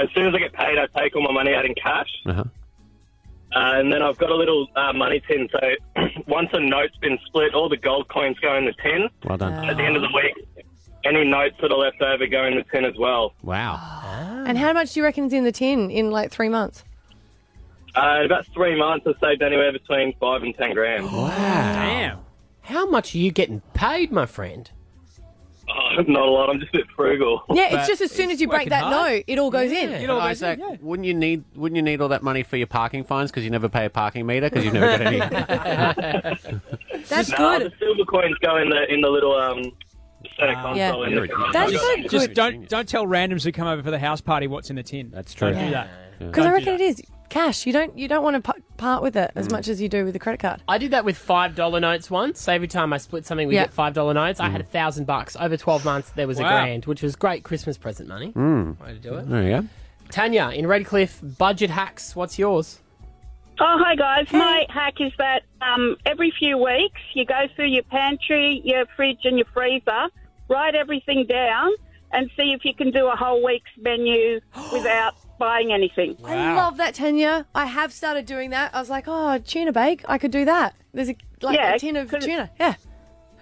[SPEAKER 8] as soon as I get paid, I take all my money out in cash,
[SPEAKER 5] Uh-huh.
[SPEAKER 8] uh, and then I've got a little uh, money tin. So once a note's been split, all the gold coins go in the tin.
[SPEAKER 5] Well done.
[SPEAKER 8] At the end of the week, any notes that are left over go in the tin as well.
[SPEAKER 5] Wow.
[SPEAKER 6] And how much do you reckon is in the tin in like three months?
[SPEAKER 8] Uh, in about three months, I've saved anywhere between five and ten grand.
[SPEAKER 3] Damn. How much are you getting paid, my friend?
[SPEAKER 8] Oh, not a lot. I'm just a bit frugal.
[SPEAKER 6] Yeah, it's just as soon as you break that note, it all goes in.
[SPEAKER 5] But Isaac, wouldn't you need wouldn't you need all that money for your parking fines because you never pay a parking meter because you've never got any?
[SPEAKER 8] That's good. The silver coins go in the in the little um. center console
[SPEAKER 7] Yeah.
[SPEAKER 8] in the-
[SPEAKER 7] just, just don't don't tell randoms who come over for the house party what's in the tin. That's
[SPEAKER 5] true.
[SPEAKER 7] Don't do
[SPEAKER 5] Yeah.
[SPEAKER 7] that.
[SPEAKER 6] Because I reckon it is cash. You don't you don't want to p- part with it as much as you do with the credit card.
[SPEAKER 3] I did that with five dollar notes once. So every time I split something, we
[SPEAKER 6] Yeah.
[SPEAKER 3] get five dollar notes. I had a thousand bucks over twelve months. There was a
[SPEAKER 5] Mm. Wow.
[SPEAKER 3] grand, which was great Christmas present money.
[SPEAKER 5] Mm.
[SPEAKER 3] Way to do it.
[SPEAKER 5] There you go.
[SPEAKER 3] Tanya in Redcliffe, budget hacks. What's yours?
[SPEAKER 24] Oh, hi guys. My hack is that um, every few weeks you go through your pantry, your fridge, and your freezer, write everything down, and see if you can do a whole week's menu without buying anything.
[SPEAKER 6] I love that Tanya. I have started doing that. I was like, oh, tuna bake, I could do that. There's a like
[SPEAKER 24] Yeah,
[SPEAKER 6] a tin of tuna. Yeah.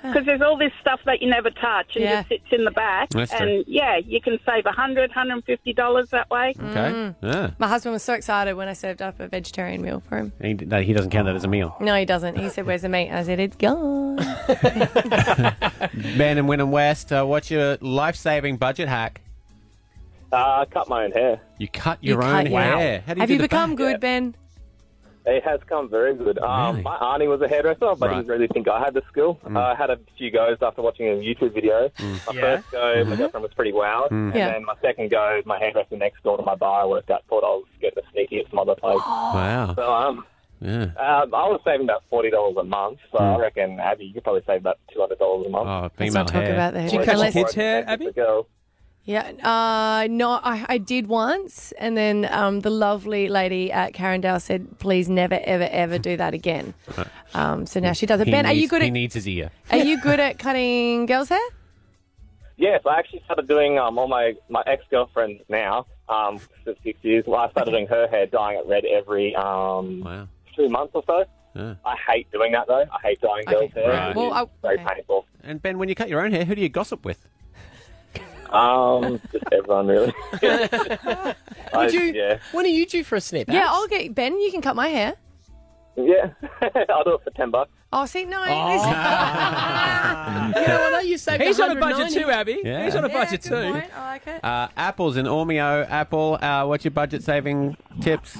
[SPEAKER 24] Because there's all this stuff that you never touch and just sits in the back.
[SPEAKER 6] That's true.
[SPEAKER 24] and yeah, you can save $100, $150 that way.
[SPEAKER 3] Mm.
[SPEAKER 5] Okay. Yeah.
[SPEAKER 6] My husband was so excited when I served up a vegetarian meal for him.
[SPEAKER 5] He, no, he doesn't count that as a meal.
[SPEAKER 6] No, he doesn't. He said, "Where's the meat?" I said, "It's gone."
[SPEAKER 5] Man and Women West, uh, what's your life saving budget hack?
[SPEAKER 16] Uh, I cut my own hair.
[SPEAKER 5] You cut your
[SPEAKER 16] cut
[SPEAKER 5] own
[SPEAKER 16] your-
[SPEAKER 5] hair.
[SPEAKER 16] Wow.
[SPEAKER 5] How do you
[SPEAKER 6] Have
[SPEAKER 5] do
[SPEAKER 6] you
[SPEAKER 5] the
[SPEAKER 6] become
[SPEAKER 5] back?
[SPEAKER 6] good, Ben?
[SPEAKER 16] It has come very good. Um, My auntie was a hairdresser, but I didn't really think I had the skill.
[SPEAKER 5] Mm.
[SPEAKER 16] Uh, I had a few goes after watching a YouTube video. My
[SPEAKER 12] Yeah.
[SPEAKER 16] first go,
[SPEAKER 5] Mm-hmm.
[SPEAKER 16] my girlfriend was pretty wowed.
[SPEAKER 12] Mm.
[SPEAKER 16] And
[SPEAKER 12] Yeah.
[SPEAKER 16] then my second go, my hairdresser next door to my bar I worked at thought I was getting a sneaky at some other place.
[SPEAKER 6] Oh.
[SPEAKER 5] Wow.
[SPEAKER 16] So um,
[SPEAKER 5] Yeah.
[SPEAKER 16] um, I was saving about $40 a month. So I reckon, Abby, you could probably save about $200 a month.
[SPEAKER 5] Mm. Oh,
[SPEAKER 6] Let's not talk hair. about that. Do you cut your Unless- kids'
[SPEAKER 16] hair, Abby? Girl.
[SPEAKER 6] Yeah, uh, no, I, I did once, and then um, the lovely lady at Carindale said, "Please never, ever, ever do that again." Um, so now she does it.
[SPEAKER 5] He
[SPEAKER 6] ben, are you
[SPEAKER 5] needs-
[SPEAKER 6] good
[SPEAKER 5] He
[SPEAKER 6] at
[SPEAKER 5] needs his ear.
[SPEAKER 6] are you good at cutting girls' hair?
[SPEAKER 16] Yes, I actually started doing um, all my, my ex girlfriends now um, for six years. Well, I started doing her hair, dyeing it red every um, two months or so.
[SPEAKER 5] Yeah.
[SPEAKER 16] I hate doing that though. I hate dyeing girls' hair.
[SPEAKER 5] Right.
[SPEAKER 16] It's
[SPEAKER 5] Well, I-
[SPEAKER 16] very painful.
[SPEAKER 5] And Ben, when you cut your own hair, who do you gossip with?
[SPEAKER 16] Um, just everyone really. I-
[SPEAKER 3] Would you-
[SPEAKER 16] Yeah,
[SPEAKER 3] When are you due for a snip?
[SPEAKER 6] Yeah,
[SPEAKER 3] Alex?
[SPEAKER 6] I'll get Ben. You can cut my hair.
[SPEAKER 16] yeah. I'll do it for ten bucks.
[SPEAKER 6] Oh, see, no,
[SPEAKER 16] Oh.
[SPEAKER 6] this, you know what? though? You saved
[SPEAKER 7] He's on a
[SPEAKER 6] 190.
[SPEAKER 7] budget too, Abby.
[SPEAKER 5] Yeah.
[SPEAKER 7] He's on a
[SPEAKER 5] Yeah,
[SPEAKER 7] budget too.
[SPEAKER 6] I like it.
[SPEAKER 5] Uh, apples in Ormeo. Apple, uh, what's your budget saving tips?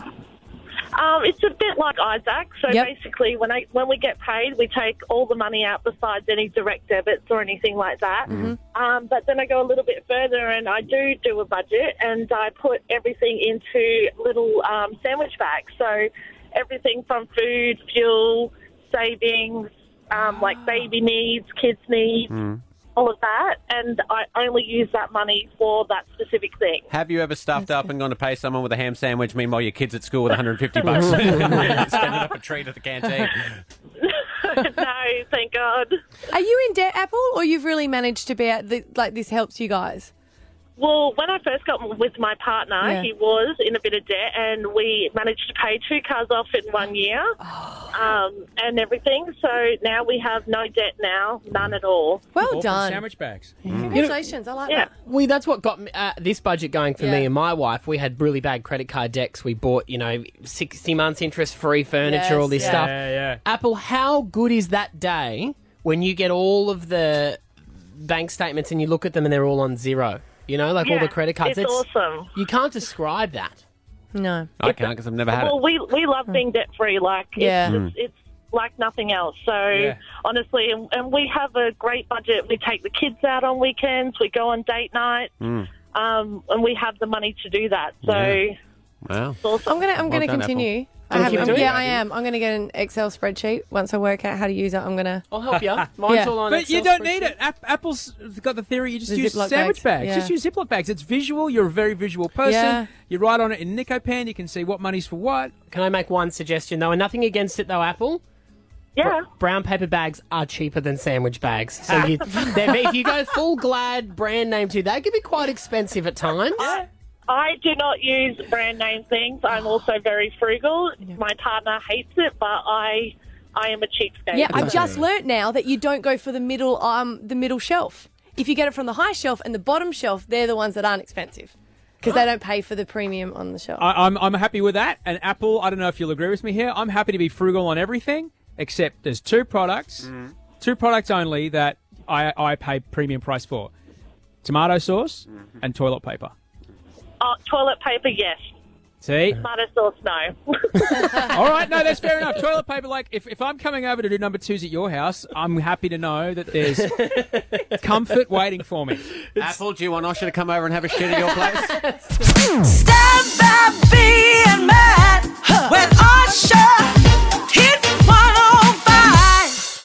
[SPEAKER 1] Um, it's a bit like Isaac. So
[SPEAKER 5] Yep.
[SPEAKER 1] basically, when I when we get paid, we take all the money out besides any direct debits or anything like that.
[SPEAKER 25] Mhm.
[SPEAKER 1] Um, but then I go a little bit further and I do do a budget and I put everything into little um, sandwich bags. So everything from food, fuel, savings, um, like baby needs, kids needs, all of that, and I only use that money for that specific thing.
[SPEAKER 5] Have you ever stuffed up and gone to pay someone with a ham sandwich? Meanwhile, your kids at school with 150 bucks spending up a treat at the canteen.
[SPEAKER 1] no, thank God.
[SPEAKER 6] Are you in debt, Apple, or you've really managed to be at the, like this helps you guys?
[SPEAKER 1] Well, when I first got with my partner,
[SPEAKER 6] Yeah.
[SPEAKER 1] he was in a bit of debt, and we managed to pay two cars off in one year,
[SPEAKER 6] Oh.
[SPEAKER 1] um, and everything. So now we have no debt now, none at all.
[SPEAKER 6] Well
[SPEAKER 3] Orphan done. sandwich
[SPEAKER 7] bags.
[SPEAKER 6] Congratulations, I like that.
[SPEAKER 3] We that's what got me, uh, this budget going for
[SPEAKER 6] Yeah.
[SPEAKER 3] me and my wife. We had really bad credit card decks. We bought, you know, sixty months interest free furniture,
[SPEAKER 7] Yes,
[SPEAKER 3] all this
[SPEAKER 7] yeah.
[SPEAKER 3] stuff.
[SPEAKER 7] Yeah, yeah.
[SPEAKER 3] Apple, how good is that day when you get all of the bank statements and you look at them and they're all on zero? You know, like all
[SPEAKER 1] Yeah,
[SPEAKER 3] the credit cards.
[SPEAKER 1] it's awesome.
[SPEAKER 3] You can't describe that.
[SPEAKER 6] No,
[SPEAKER 5] I can't because I've never had
[SPEAKER 1] Well,
[SPEAKER 5] it.
[SPEAKER 1] we we love being debt free. Like
[SPEAKER 5] Yeah.
[SPEAKER 1] it's, it's, it's like nothing else. So
[SPEAKER 5] Yeah.
[SPEAKER 1] honestly, and, and we have a great budget. We take the kids out on weekends. We go on date night. Um, and we have the money to do that. So
[SPEAKER 5] Hmm. Yeah. Wow.
[SPEAKER 1] it's awesome.
[SPEAKER 6] I'm gonna I'm gonna continue. I
[SPEAKER 1] Don't
[SPEAKER 6] have,
[SPEAKER 1] keep
[SPEAKER 6] I'm-
[SPEAKER 1] doing
[SPEAKER 6] yeah,
[SPEAKER 1] it,
[SPEAKER 6] I
[SPEAKER 1] Abby.
[SPEAKER 6] am. I'm gonna get an Excel spreadsheet once I work out how to use it. I'm gonna.
[SPEAKER 3] I'll help you.
[SPEAKER 7] Mine's
[SPEAKER 3] all on
[SPEAKER 7] But
[SPEAKER 3] Excel
[SPEAKER 7] you don't
[SPEAKER 3] spreadsheet.
[SPEAKER 7] need it. App- Apple's got the theory. You just
[SPEAKER 6] The
[SPEAKER 7] use
[SPEAKER 6] Ziploc
[SPEAKER 7] sandwich
[SPEAKER 6] bags,
[SPEAKER 7] bags.
[SPEAKER 6] yeah.
[SPEAKER 7] Just use Ziploc bags. It's visual. You're a very visual person.
[SPEAKER 3] Yeah.
[SPEAKER 7] You write on it in Nicopan. You can see what money's for what.
[SPEAKER 3] Can I make one suggestion though? And Oh, nothing against it though, Apple.
[SPEAKER 1] Yeah.
[SPEAKER 3] brown paper bags are cheaper than sandwich bags. So you, they're- if you go full Glad brand name too, they can be quite expensive at times.
[SPEAKER 1] I do not use brand name things. I'm also very frugal. My partner hates it, but I I am a cheapskate.
[SPEAKER 6] Yeah, I've just learnt now that you don't go for the middle um the middle shelf. If you get it from the high shelf and the bottom shelf, they're the ones that aren't expensive because they don't pay for the premium on the shelf.
[SPEAKER 7] I, I'm I'm happy with that. And Apple, I don't know if you'll agree with me here. I'm happy to be frugal on everything except there's two products,
[SPEAKER 3] Mm-hmm.
[SPEAKER 7] two products only that I I pay premium price for: tomato sauce
[SPEAKER 3] Mm-hmm.
[SPEAKER 7] and toilet paper.
[SPEAKER 1] Uh, toilet paper, yes.
[SPEAKER 7] See,
[SPEAKER 1] Tomato sauce, no.
[SPEAKER 7] All right, no, that's fair enough. Toilet paper, like if, if I'm coming over to do number twos at your house, I'm happy to know that there's comfort waiting for me.
[SPEAKER 5] Apple, do you want Osha to come over and have a shit at your place?
[SPEAKER 26] Stand by me and Matt with Usher.